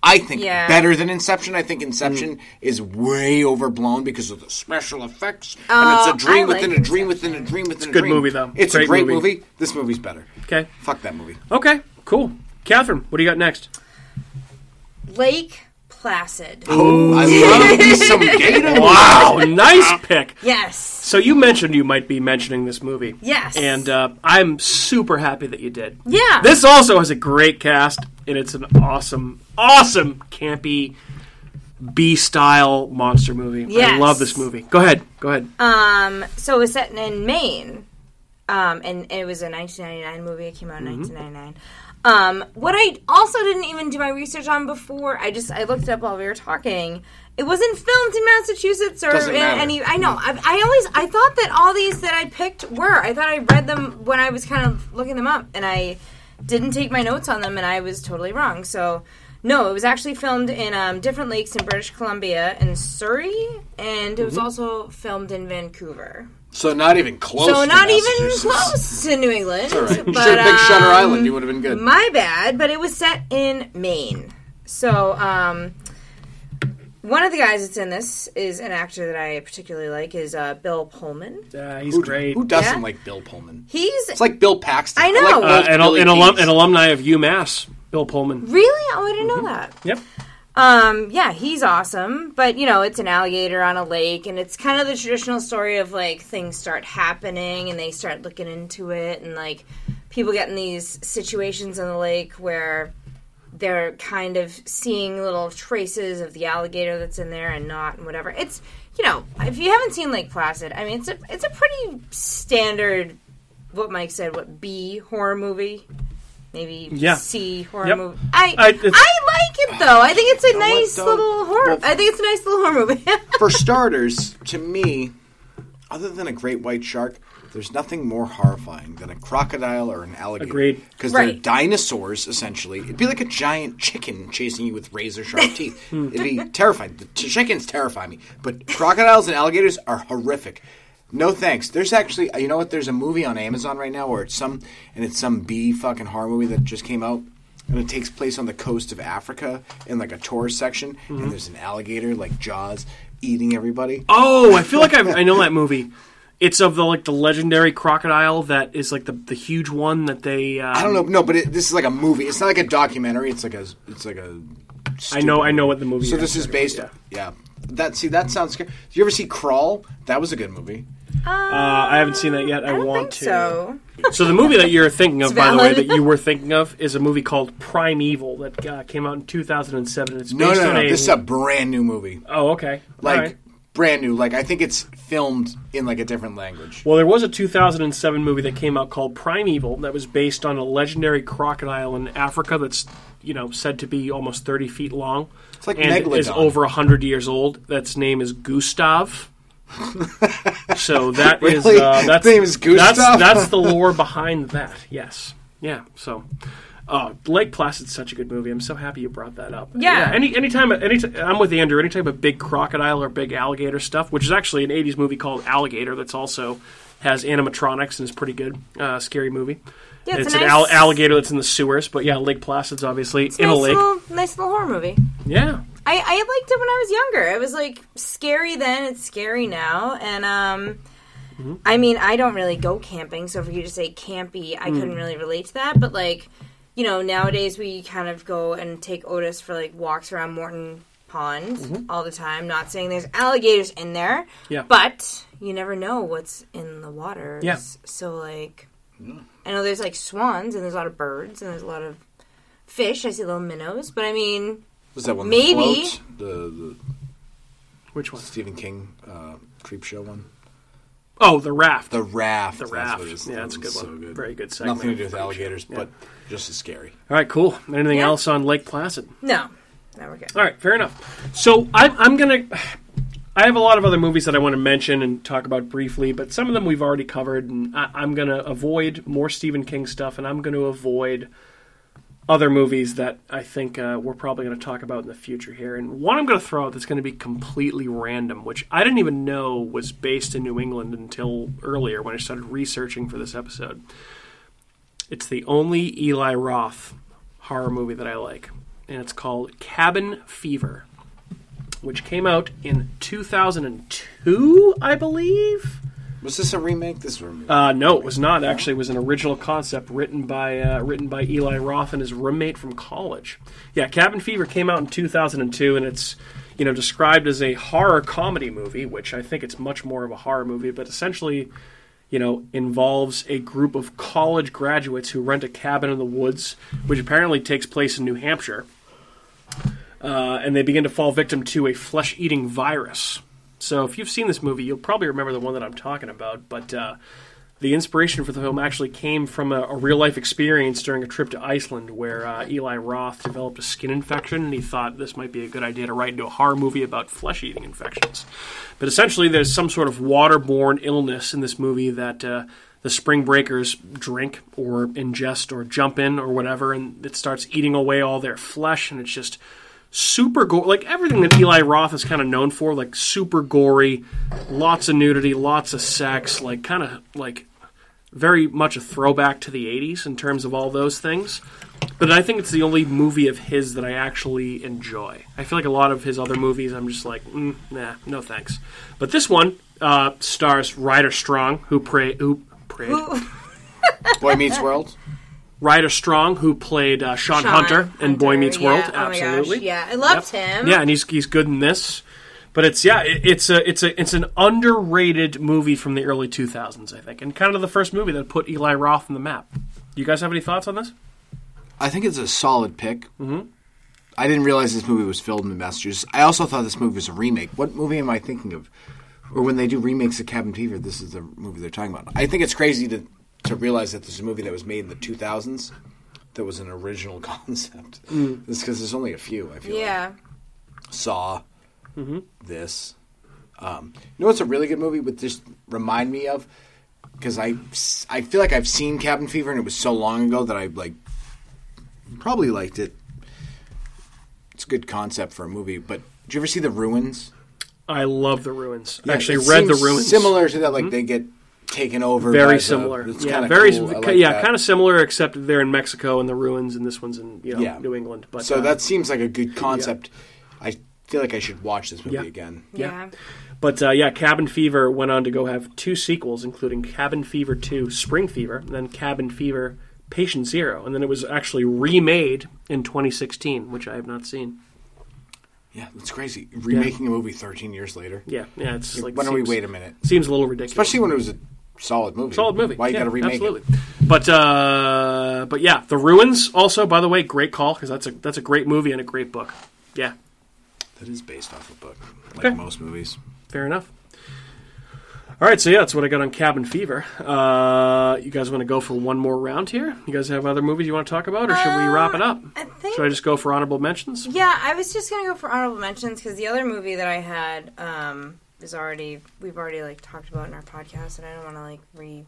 I think
Yeah.
better than Inception. I think
Mm.
Inception is way overblown because of the special effects,
Oh,
and it's a dream
I like
within a dream within a dream within a
good
dream.
movie, though.
It's
Great
a great
movie.
movie. This movie's better.
Okay.
Fuck that movie.
Okay. Cool. Catherine, what do you got next?
Lake Placid.
I love me some Gator.
Wow, nice pick.
Yes.
So you mentioned you might be mentioning this movie.
Yes.
And uh, I'm super happy that you did.
Yeah.
This also has a great cast, and it's an awesome, awesome campy B style monster movie. I
Yes.
love this movie. Go ahead. Go ahead.
Um, so it was set in Maine, um, and it was a 1999 movie. It came out in
Mm-hmm.
1999. Um, what I also didn't even do my research on before, I just I looked it up while we were talking. It wasn't filmed in Massachusetts or
Doesn't
in
matter.
any. I know. I, I always I thought that all these that I picked were. I thought I read them when I was kind of looking them up, and I didn't take my notes on them, and I was totally wrong. So. No, it was actually filmed in um, different lakes in British Columbia and Surrey, and it was
Mm-hmm.
also filmed in Vancouver.
So not even close.
So
to
not even
Massachusetts.
close to New
Right.
England. But,
you should have picked Shutter
um,
Island. You would have been good.
My bad, but it was set in Maine. So um, One of the guys that's in this is an actor that I particularly like is uh, Bill Pullman.
Uh, he's
Who,
great.
who doesn't
Yeah.
like Bill Pullman?
He's
It's like Bill Paxton.
I know.
like
uh,
Uh,
old
an, al-
Billy
an, alum,
Dean.
an alumni of UMass, Bill Pullman.
really oh I didn't
Mm-hmm.
know that.
Yep.
Um, yeah, he's awesome. But you know, it's an alligator on a lake, and it's kind of the traditional story of like things start happening, and they start looking into it, and like people get in these situations on the lake where they're kind of seeing little traces of the alligator that's in there and not and whatever. It's you know, if you haven't seen Lake Placid, I mean, it's a it's a pretty standard what Mike said, what B horror movie. Maybe
Yeah.
C horror
Yep.
movie. I
I-
I,
it's-
like it though. I think it's a
know what,
nice
though?
little horror.
Well-
I think it's a nice little horror movie.
For starters, to me, other than a great white shark, there's nothing more horrifying than a crocodile or an alligator.
Agreed.
Because they're
Right.
dinosaurs, essentially. It'd be like a giant chicken chasing you with razor sharp teeth. It'd be terrifying. The t- chickens terrify me. But crocodiles and alligators are horrific. No thanks. There's actually, you know what? There's a movie on Amazon right now where it's some, and it's some B fucking horror movie that just came out. And it takes place on the coast of Africa in like a tourist section. And there's an alligator, like Jaws, eating everybody.
Oh, I feel like I've, I know that movie. It's of the like the legendary crocodile that is like the, the huge one that they. Uh,
I don't know. No, but it, this is like a movie. It's not like a documentary. It's like a. It's like a.
I know. I know what the movie.
So
is.
this is based. Yeah. That see that sounds scary. Did you ever see Crawl? That was a good movie.
Uh, I haven't seen that yet. I,
I don't
want
think
to.
so.
So the movie that you're thinking of,
It's
by the way,
valid.
that you were thinking of, is a movie called Primeval that uh, came out in 2007. It's based
No, no,
on
no.
a.
This is a brand new movie.
oh, okay.
Like
All right.
brand new. Like I think it's filmed in like a different language.
Well, there was a 2007 movie that came out called Primeval that was based on a legendary crocodile in Africa that's, you know, said to be almost 30 feet long. It's
like
and is
Megalodon.
over 100 years old. That's name is Gustav. so that is
Really?
uh, that's
Name is Gustav?
That's, that's the lore behind that. Yes. Yeah. So. Oh, Lake Placid's such a good movie. I'm so happy you brought that up.
Yeah.
any anytime, any I'm with Andrew. Any type of big crocodile or big alligator stuff, which is actually an '80s movie called Alligator, that's also has animatronics and is pretty good. Uh, scary movie.
Yeah, it's
it's
a
an
nice-
al- alligator that's in the sewers, but yeah, Lake Placid's obviously in
nice
a lake.
little nice little horror movie.
Yeah,
I, I liked it when I was younger. It was like scary then, it's scary now. And um
Mm-hmm.
I mean, I don't really go camping, so for you to say campy, I
Mm.
couldn't really relate to that, but like, you know, nowadays we kind of go and take Otis for like walks around Morton Pond all the time. Not saying there's alligators in there,
Mm-hmm. Yeah.
but you never know what's in the waters.
Yeah.
So like I know there's like swans and there's a lot of birds and there's a lot of fish. I see little minnows, but I mean,
Was that one?
Maybe.
The, float? the the
which one?
Stephen King uh, creep show one.
Oh, the raft.
The raft.
The
that's
raft.
what it is.
Yeah,
That
that's a good
one's
one. Very good segment.
Nothing to do with alligators, but just as scary.
All right, cool. Anything
Yeah.
else on Lake Placid?
No. No, we're good.
All right, fair enough. So I'm, I'm gonna. I have a lot of other movies that I want to mention and talk about briefly, but some of them we've already covered, and I, I'm gonna avoid more Stephen King stuff, and I'm gonna avoid other movies that I think uh, we're probably going to talk about in the future here. And one I'm going to throw out that's going to be completely random, which I didn't even know was based in New England until earlier when I started researching for this episode. It's the only Eli Roth horror movie that I like, and it's called Cabin Fever, which came out in 2002, I believe.
Was this a remake? This was a remake.
Uh, no, it was not. Actually, it was an original concept written by uh, written by Eli Roth and his roommate from college. Yeah, Cabin Fever came out in 2002, and it's you know described as a horror comedy movie, which I think it's much more of a horror movie, but essentially, you know, involves a group of college graduates who rent a cabin in the woods, which apparently takes place in New Hampshire uh, and they begin to fall victim to a flesh eating virus. So, if you've seen this movie, you'll probably remember the one that I'm talking about, but uh, the inspiration for the film actually came from a, a real life experience during a trip to Iceland where uh, Eli Roth developed a skin infection and he thought this might be a good idea to write into a horror movie about flesh eating infections. But essentially, there's some sort of waterborne illness in this movie that. Uh, the spring breakers drink or ingest or jump in or whatever, and it starts eating away all their flesh, and it's just super gore, like everything that Eli Roth is kind of known for, like super gory, lots of nudity, lots of sex, like kind of like very much a throwback to the 80s in terms of all those things. But I think it's the only movie of his that I actually enjoy. I feel like a lot of his other movies, I'm just like, mm, nah, no thanks. But this one uh, stars Ryder Strong, who pray, who prayed,
Boy Meets World.
Ryder Strong, who played uh, Sean,
Sean
Hunter in Boy
Hunter,
Meets
yeah.
World.
Oh my gosh,
Absolutely,
yeah. I loved
Yep.
him.
Yeah, and he's he's good in this. But it's yeah, it, it's a it's a it's an underrated movie from the early two thousands, I think, and kind of the first movie that put Eli Roth on the map. You guys have any thoughts on this?
I think it's a solid pick. Mm-hmm. I didn't realize this movie was filmed in Massachusetts. I also thought this movie was a remake. What movie am I thinking of? Or when they do remakes of Cabin Fever, this is the movie they're talking about. I think it's crazy to to realize that there's a movie that was made in the 2000s that was an original concept. It's because there's only a few. I feel.
yeah.
Like. Saw.
Mm-hmm.
This. Um, you know what's a really good movie? Would just remind me of because I I feel like I've seen Cabin Fever and it was so long ago that I like probably liked it. It's a good concept for a movie, but did you ever see The Ruins?
I love the ruins. I actually,
It
read the
seems
ruins. Mm-hmm.
Similar to that, like they get taken over. by
very
the-
similar.
it's
yeah,
kinda
very
cool. I like
yeah,
that.
kind of similar, except they're in Mexico and the ruins, and this one's in you know,
Yeah.
New England. But
So
uh,
that seems like a good concept. I feel like I should watch this movie
Yeah.
again.
Yeah.
Yeah.
But uh, yeah, Cabin Fever went on to go have two sequels, including Cabin Fever 2 Spring Fever, and then Cabin Fever Patient Zero. And then it was actually remade in 2016, which I have not seen.
Yeah, that's crazy. Remaking a movie 13 years later.
Yeah, yeah, it's like.
Why don't we
seems-
wait a minute?
Seems a little ridiculous.
Especially when it was a solid movie.
Solid movie.
Why you
yeah,
got to remake
absolutely. But uh, but yeah, The Ruins also, by the way, great call because that's a that's a great movie and a great book. Yeah,
it? That is based off a book, like
Okay.
most movies.
Fair enough. All right, so yeah, that's what I got on Cabin Fever. Uh, you guys want to go for one more round here? You guys have other movies you want to talk about, or should we wrap it up?
Um, I think.
Should I just go for honorable mentions?
yeah, I was just gonna go for honorable mentions because the other movie that I had um, is already we've already like talked about in our podcast, and I don't want to like re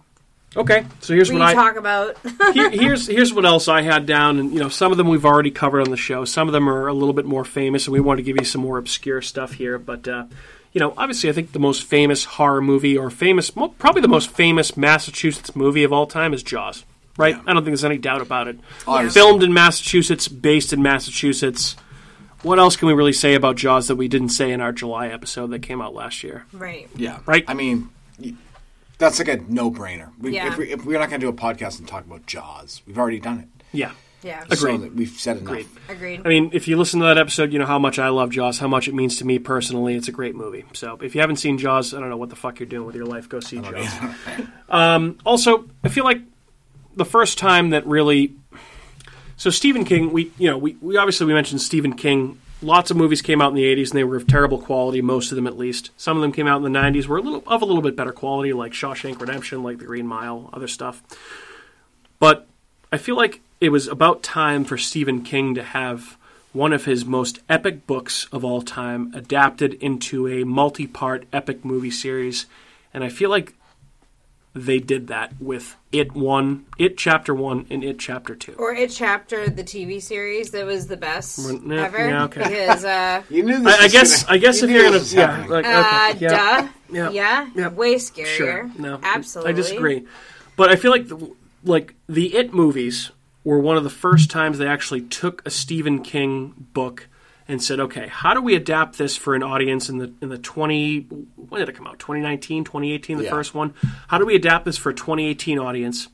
Okay, so here's
re
what I
talk about.
here, here's here's what else I had down, and you know some of them we've already covered on the show. Some of them are a little bit more famous, and we want to give you some more obscure stuff here. But uh, you know, obviously, I think the most famous horror movie, or famous, mo- probably the most famous Massachusetts movie of all time, is Jaws. Right? I don't think there's any doubt about it.
Honestly.
Filmed in Massachusetts, based in Massachusetts. What else can we really say about Jaws that we didn't say in our July episode that came out last year?
right.
Yeah.
Right.
I mean, y- that's like a no-brainer. We,
Yeah.
if, we, if we're not going to do a podcast and talk about Jaws, we've already done it.
Yeah.
Yeah.
Agreed.
So that we've said enough.
Agreed.
Agreed.
I mean, if you listen to that episode, you know how much I love Jaws, how much it means to me personally. It's a great movie. So if you haven't seen Jaws, I don't know what the fuck you're doing with your life. Go see Jaws. um, also, I feel like the first time that really. So Stephen King, we you know we, we obviously we mentioned Stephen King. Lots of movies came out in the '80s, and they were of terrible quality. Most of them, at least. Some of them came out in the '90s, were a little of a little bit better quality, like Shawshank Redemption, like The Green Mile, other stuff but I feel like it was about time for Stephen King to have one of his most epic books of all time adapted into a multi part epic movie series. And I feel like they did that with It 1, It Chapter 1, and It Chapter 2.
Or it chapter the TV series that was the best
yeah,
ever
yeah, okay.
because uh,
You knew this
I, I
was
guess,
gonna-
I guess
you
if
knew
you're gonna,
this was
yeah,
happening.
like,
uh
okay, yeah.
duh
yeah,
yeah,
yeah.
way scarier
Sure. No,
absolutely
I disagree. But I feel like the, like the It movies were one of the first times they actually took a Stephen King book and said, "Okay, how do we adapt this for an audience in the in the 20 when did it come out? 2019, 2018, the
Yeah.
first one. How do we adapt this for a 2018 audience?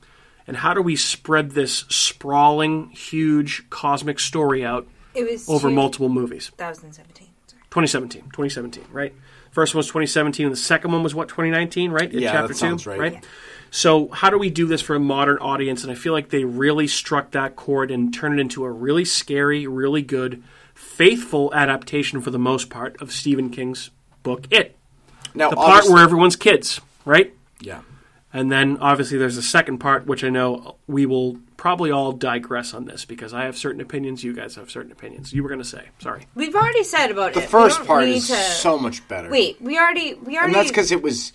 And how do we spread this sprawling, huge cosmic story out
It was
over
two-
multiple movies?"
2017. Sorry.
2017, 2017, right? First one was 2017, and the second one was what 2019, right? In
Yeah,
chapter
that
two,
sounds right. Yeah.
So, how do we do this for a modern audience? And I feel like they really struck that chord and turned it into a really scary, really good, faithful adaptation for the most part of Stephen King's book. It
Now,
the part
obviously-
where everyone's kids, right?
yeah,
And then obviously there's a second part, which I know we will probably all digress on this because I have certain opinions, you guys have certain opinions. You were going to say, sorry.
We've already said about
the
it. We
first
don't
part
need
is
to-
so much better.
Wait, we already we already
and that's because it was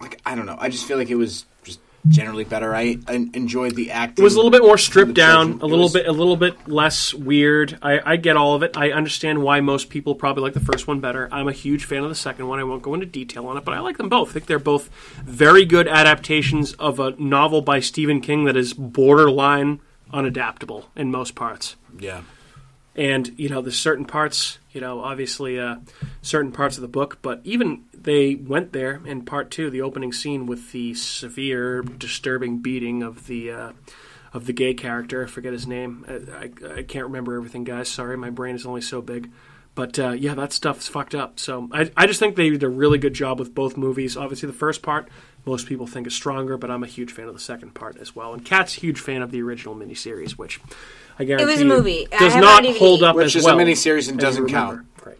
like I don't know. I just feel like it was just generally better. I, I enjoyed the acting.
It was a little bit more stripped
The children-
down, a
it
little
was-
bit, a little bit less weird. I, I get all of it. I understand why most people probably like the first one better. I'm a huge fan of the second one. I won't go into detail on it, but I like them both. I think they're both very good adaptations of a novel by Stephen King that is borderline unadaptable in most parts.
Yeah.
and you know there's certain parts you know obviously uh, certain parts of the book but even they went there in part two the opening scene with the severe disturbing beating of the uh, of the gay character i forget his name I, I, I can't remember everything guys sorry my brain is only so big but uh, yeah that stuff's fucked up so I, I just think they did a really good job with both movies obviously the first part most people think is stronger but i'm a huge fan of the second part as well and kat's a huge fan of the original miniseries which I guarantee
was a
you
movie. I
does
have
not
on DVD.
hold up
Which
as
is a
well.
miniseries and
as you
doesn't count.
remember. Right.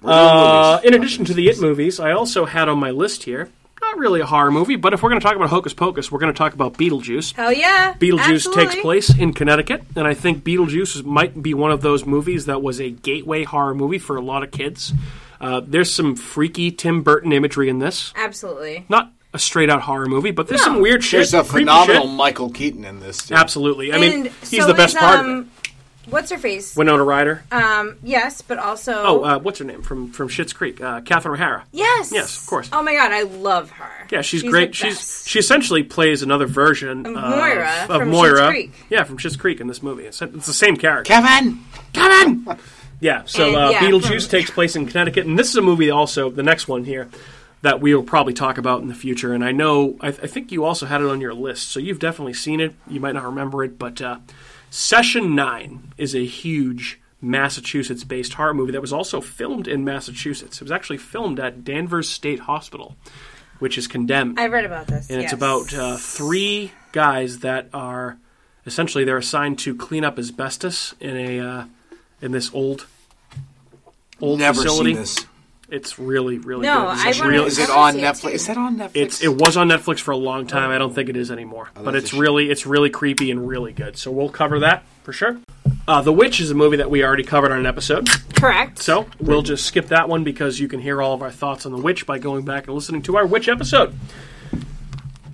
We're doing
Uh,
movies.
in addition to the It movies, I also had on my list here, not really a horror movie, but if we're going to talk about Hocus Pocus, we're going to talk about Beetlejuice.
Hell yeah.
Beetlejuice takes
Absolutely.
place in Connecticut, and I think Beetlejuice is- might be one of those movies that was a gateway horror movie for a lot of kids. Uh, there's some freaky Tim Burton imagery in this.
Absolutely.
Not a straight out horror movie, but there's
No.
some weird shit.
There's a
creepy
phenomenal
shit.
Michael Keaton in this. Too.
Absolutely. I mean,
and
he's
so
the best
is,
part of it.
Um, what's her face?
Winona Ryder.
Um, yes, but also.
oh, uh, what's her name from from Schitt's Creek? Uh, Catherine O'Hara.
yes.
yes, of course.
Oh my god, I love her.
Yeah, she's,
the
great. She's
best.
she essentially plays another version of
Moira
of
from
Moira.
Schitt's Creek.
Yeah, from Schitt's Creek in this movie. It's, it's the same character.
Kevin.
Kevin. Yeah. So
And,
uh,
yeah,
Beetlejuice
from-
takes place in Connecticut, and this is a movie also the next one here that we will probably talk about in the future. And I know I, I think you also had it on your list, so you've definitely seen it. You might not remember it, but uh, Session Nine is a huge. Massachusetts-based horror movie that was also filmed in Massachusetts. It was actually filmed at Danvers State Hospital, which is condemned
I read about this.
and it's
yes.
about uh, three guys that are essentially they're assigned to clean up asbestos in a uh, in this old old
Never
facility.
seen this.
It's really really
No,
good. It's
I
actually
wanna-
really-
Is
I
it
wanna
on
see it,
Netflix?
too.
Is that on Netflix?
it's it was on Netflix for a long time. I don't think it is anymore, but
that's
it's
a shame.
really it's really creepy and really good. So we'll cover that for sure. Uh, the Witch is a movie that we already covered on an episode.
correct.
So we'll just skip that one because you can hear all of our thoughts on the witch by going back and listening to our witch episode.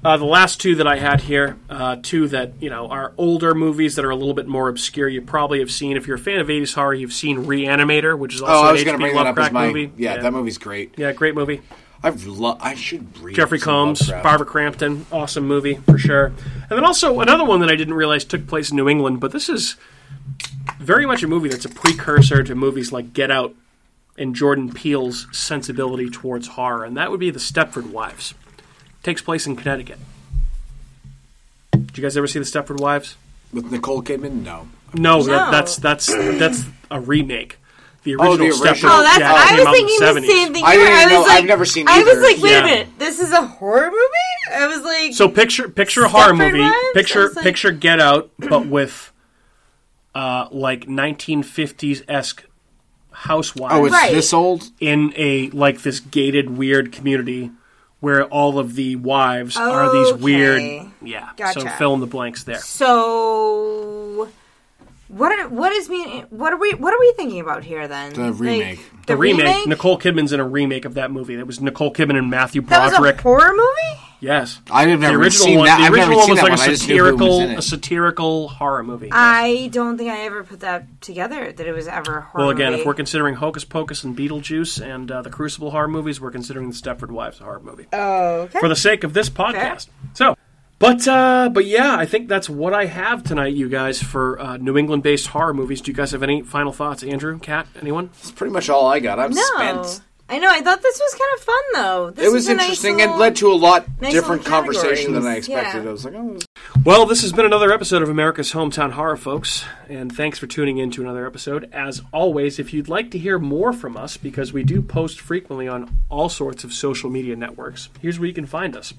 Uh, the last two that I had here, uh, two that you know are older movies that are a little bit more obscure. You probably have seen if you're a fan of '80s horror, you've seen Reanimator, which is also
Oh, I
an
was
H.P.
going to bring that up
Lovecraft
as my.
movie.
Yeah, that movie's great.
yeah, great movie.
I've lo- I should read
Jeffrey
some
Combs,
Lovecraft.
Barbara Crampton, awesome movie for sure. And then also another one that I didn't realize took place in New England, but this is very much a movie that's a precursor to movies like Get Out and Jordan Peele's sensibility towards horror, and that would be The Stepford Wives. takes place in Connecticut. Did you guys ever see The Stepford Wives?
with Nicole Kidman. No,
No, That,
No.
that's that's that's a remake. The original,
Oh, the original.
Oh, that's.
yeah,
I
came
was
out in
thinking the
70s.
same thing.
I
you were.
didn't
I was
even know-
like,
I've never seen
I was
either.
like, wait
Yeah.
a minute, this is a horror movie. I was like,
So picture picture a horror
Stepford
movie,
Wives?
picture
It's like-
picture Get Out, but with uh, like 1950s esque housewives
oh, it's
Right.
this old.
in a like this gated weird community where all of the wives are these
Okay.
weird yeah. So
Gotcha.
fill in the blanks there.
So what are what is mean what are we what are we thinking about here then?
The remake.
Like,
The remake, Nicole Kidman's in a remake of that movie. That was Nicole Kidman and Matthew
that was a
Broderick.
horror movie?
yes,
I've
the
never
original
seen
one.
that.
The
I've
original
never
one
seen
was
that
like
one. I
a
just knew who was
satirical,
in it.
a satirical horror movie.
I don't think I ever put that together that it was ever a horror
Well, again,
movie.
if we're considering Hocus Pocus and Beetlejuice and uh, the Crucible horror movies, we're considering the Stepford Wives a horror movie
Oh, okay.
for the sake of this podcast. So, but uh, but yeah, I think that's what I have tonight, you guys, for uh, New England-based horror movies. Do you guys have any final thoughts, Andrew, Kat, anyone?
That's pretty much all I got. I'm
no.
spent.
I know. I thought this was kind of fun, though. This
It was
a nice
interesting
little-
and led to a lot
nice
different
little
conversation than I
categories. Yeah.
expected. I was like, oh, this-
Well, this has been another episode of America's Hometown Horror, folks, and thanks for tuning in to another episode. As always, if you'd like to hear more from us, because we do post frequently on all sorts of social media networks, here's where you can find us.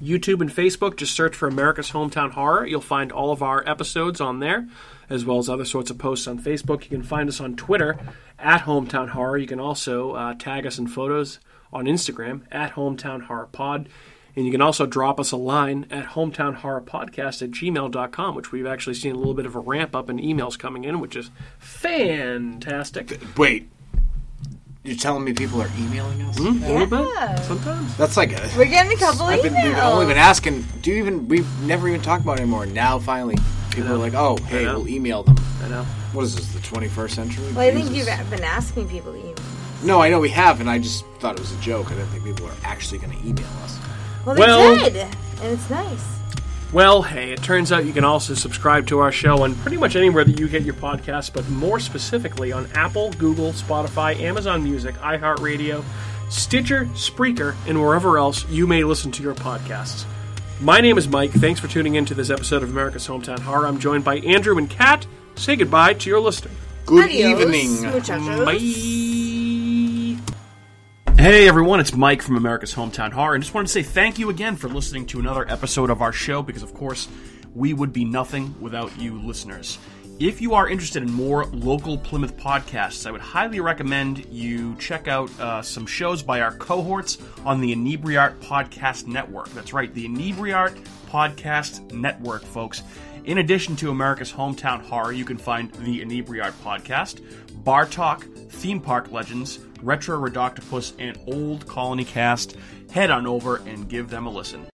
YouTube and Facebook, just search for America's Hometown Horror. You'll find all of our episodes on there, as well as other sorts of posts on Facebook. You can find us on Twitter at Hometown Horror. You can also uh, tag us in photos on Instagram at Hometown Horror Pod. And you can also drop us a line at hometownhorrorpodcast at gmail.com, which we've actually seen a little bit of a ramp up in emails coming in, which is fantastic.
wait. You're telling me people are emailing us?
A little
Yeah.
bit sometimes.
Hmm? That's like a.
We're getting a couple
I've been, we've
emails.
only been asking. Do you even? We've never even talked about it anymore. Now finally, people are like, "Oh, hey,
know.
we'll email them."
I know.
What is this? The 21st century?
well, I think
Jesus.
you've been asking people to email.
No, I know we have, and I just thought it was a joke. I didn't think people were actually going to email us.
Well, they
Well-
did, and it's nice.
Well, hey, it turns out you can also subscribe to our show on pretty much anywhere that you get your podcasts, but more specifically on Apple, Google, Spotify, Amazon Music, iHeartRadio, Stitcher, Spreaker, and wherever else you may listen to your podcasts. My name is Mike. Thanks for tuning in to this episode of America's Hometown Horror. I'm joined by Andrew and Kat. Say goodbye to your listener.
Good
Adios,
evening.
muchachos.
Bye. Hey everyone, it's Mike from America's Hometown Horror, and just wanted to say thank you again for listening to another episode of our show because, of course, we would be nothing without you listeners. If you are interested in more local Plymouth podcasts, I would highly recommend you check out uh, some shows by our cohorts on the Inebriart Podcast Network. That's right, the Inebriart Podcast Network, folks. In addition to America's Hometown Horror, you can find the Inebriart Podcast, Bar Talk, Theme Park Legends, Retro Redoctopus, and Old Colony Cast. Head on over and give them a listen.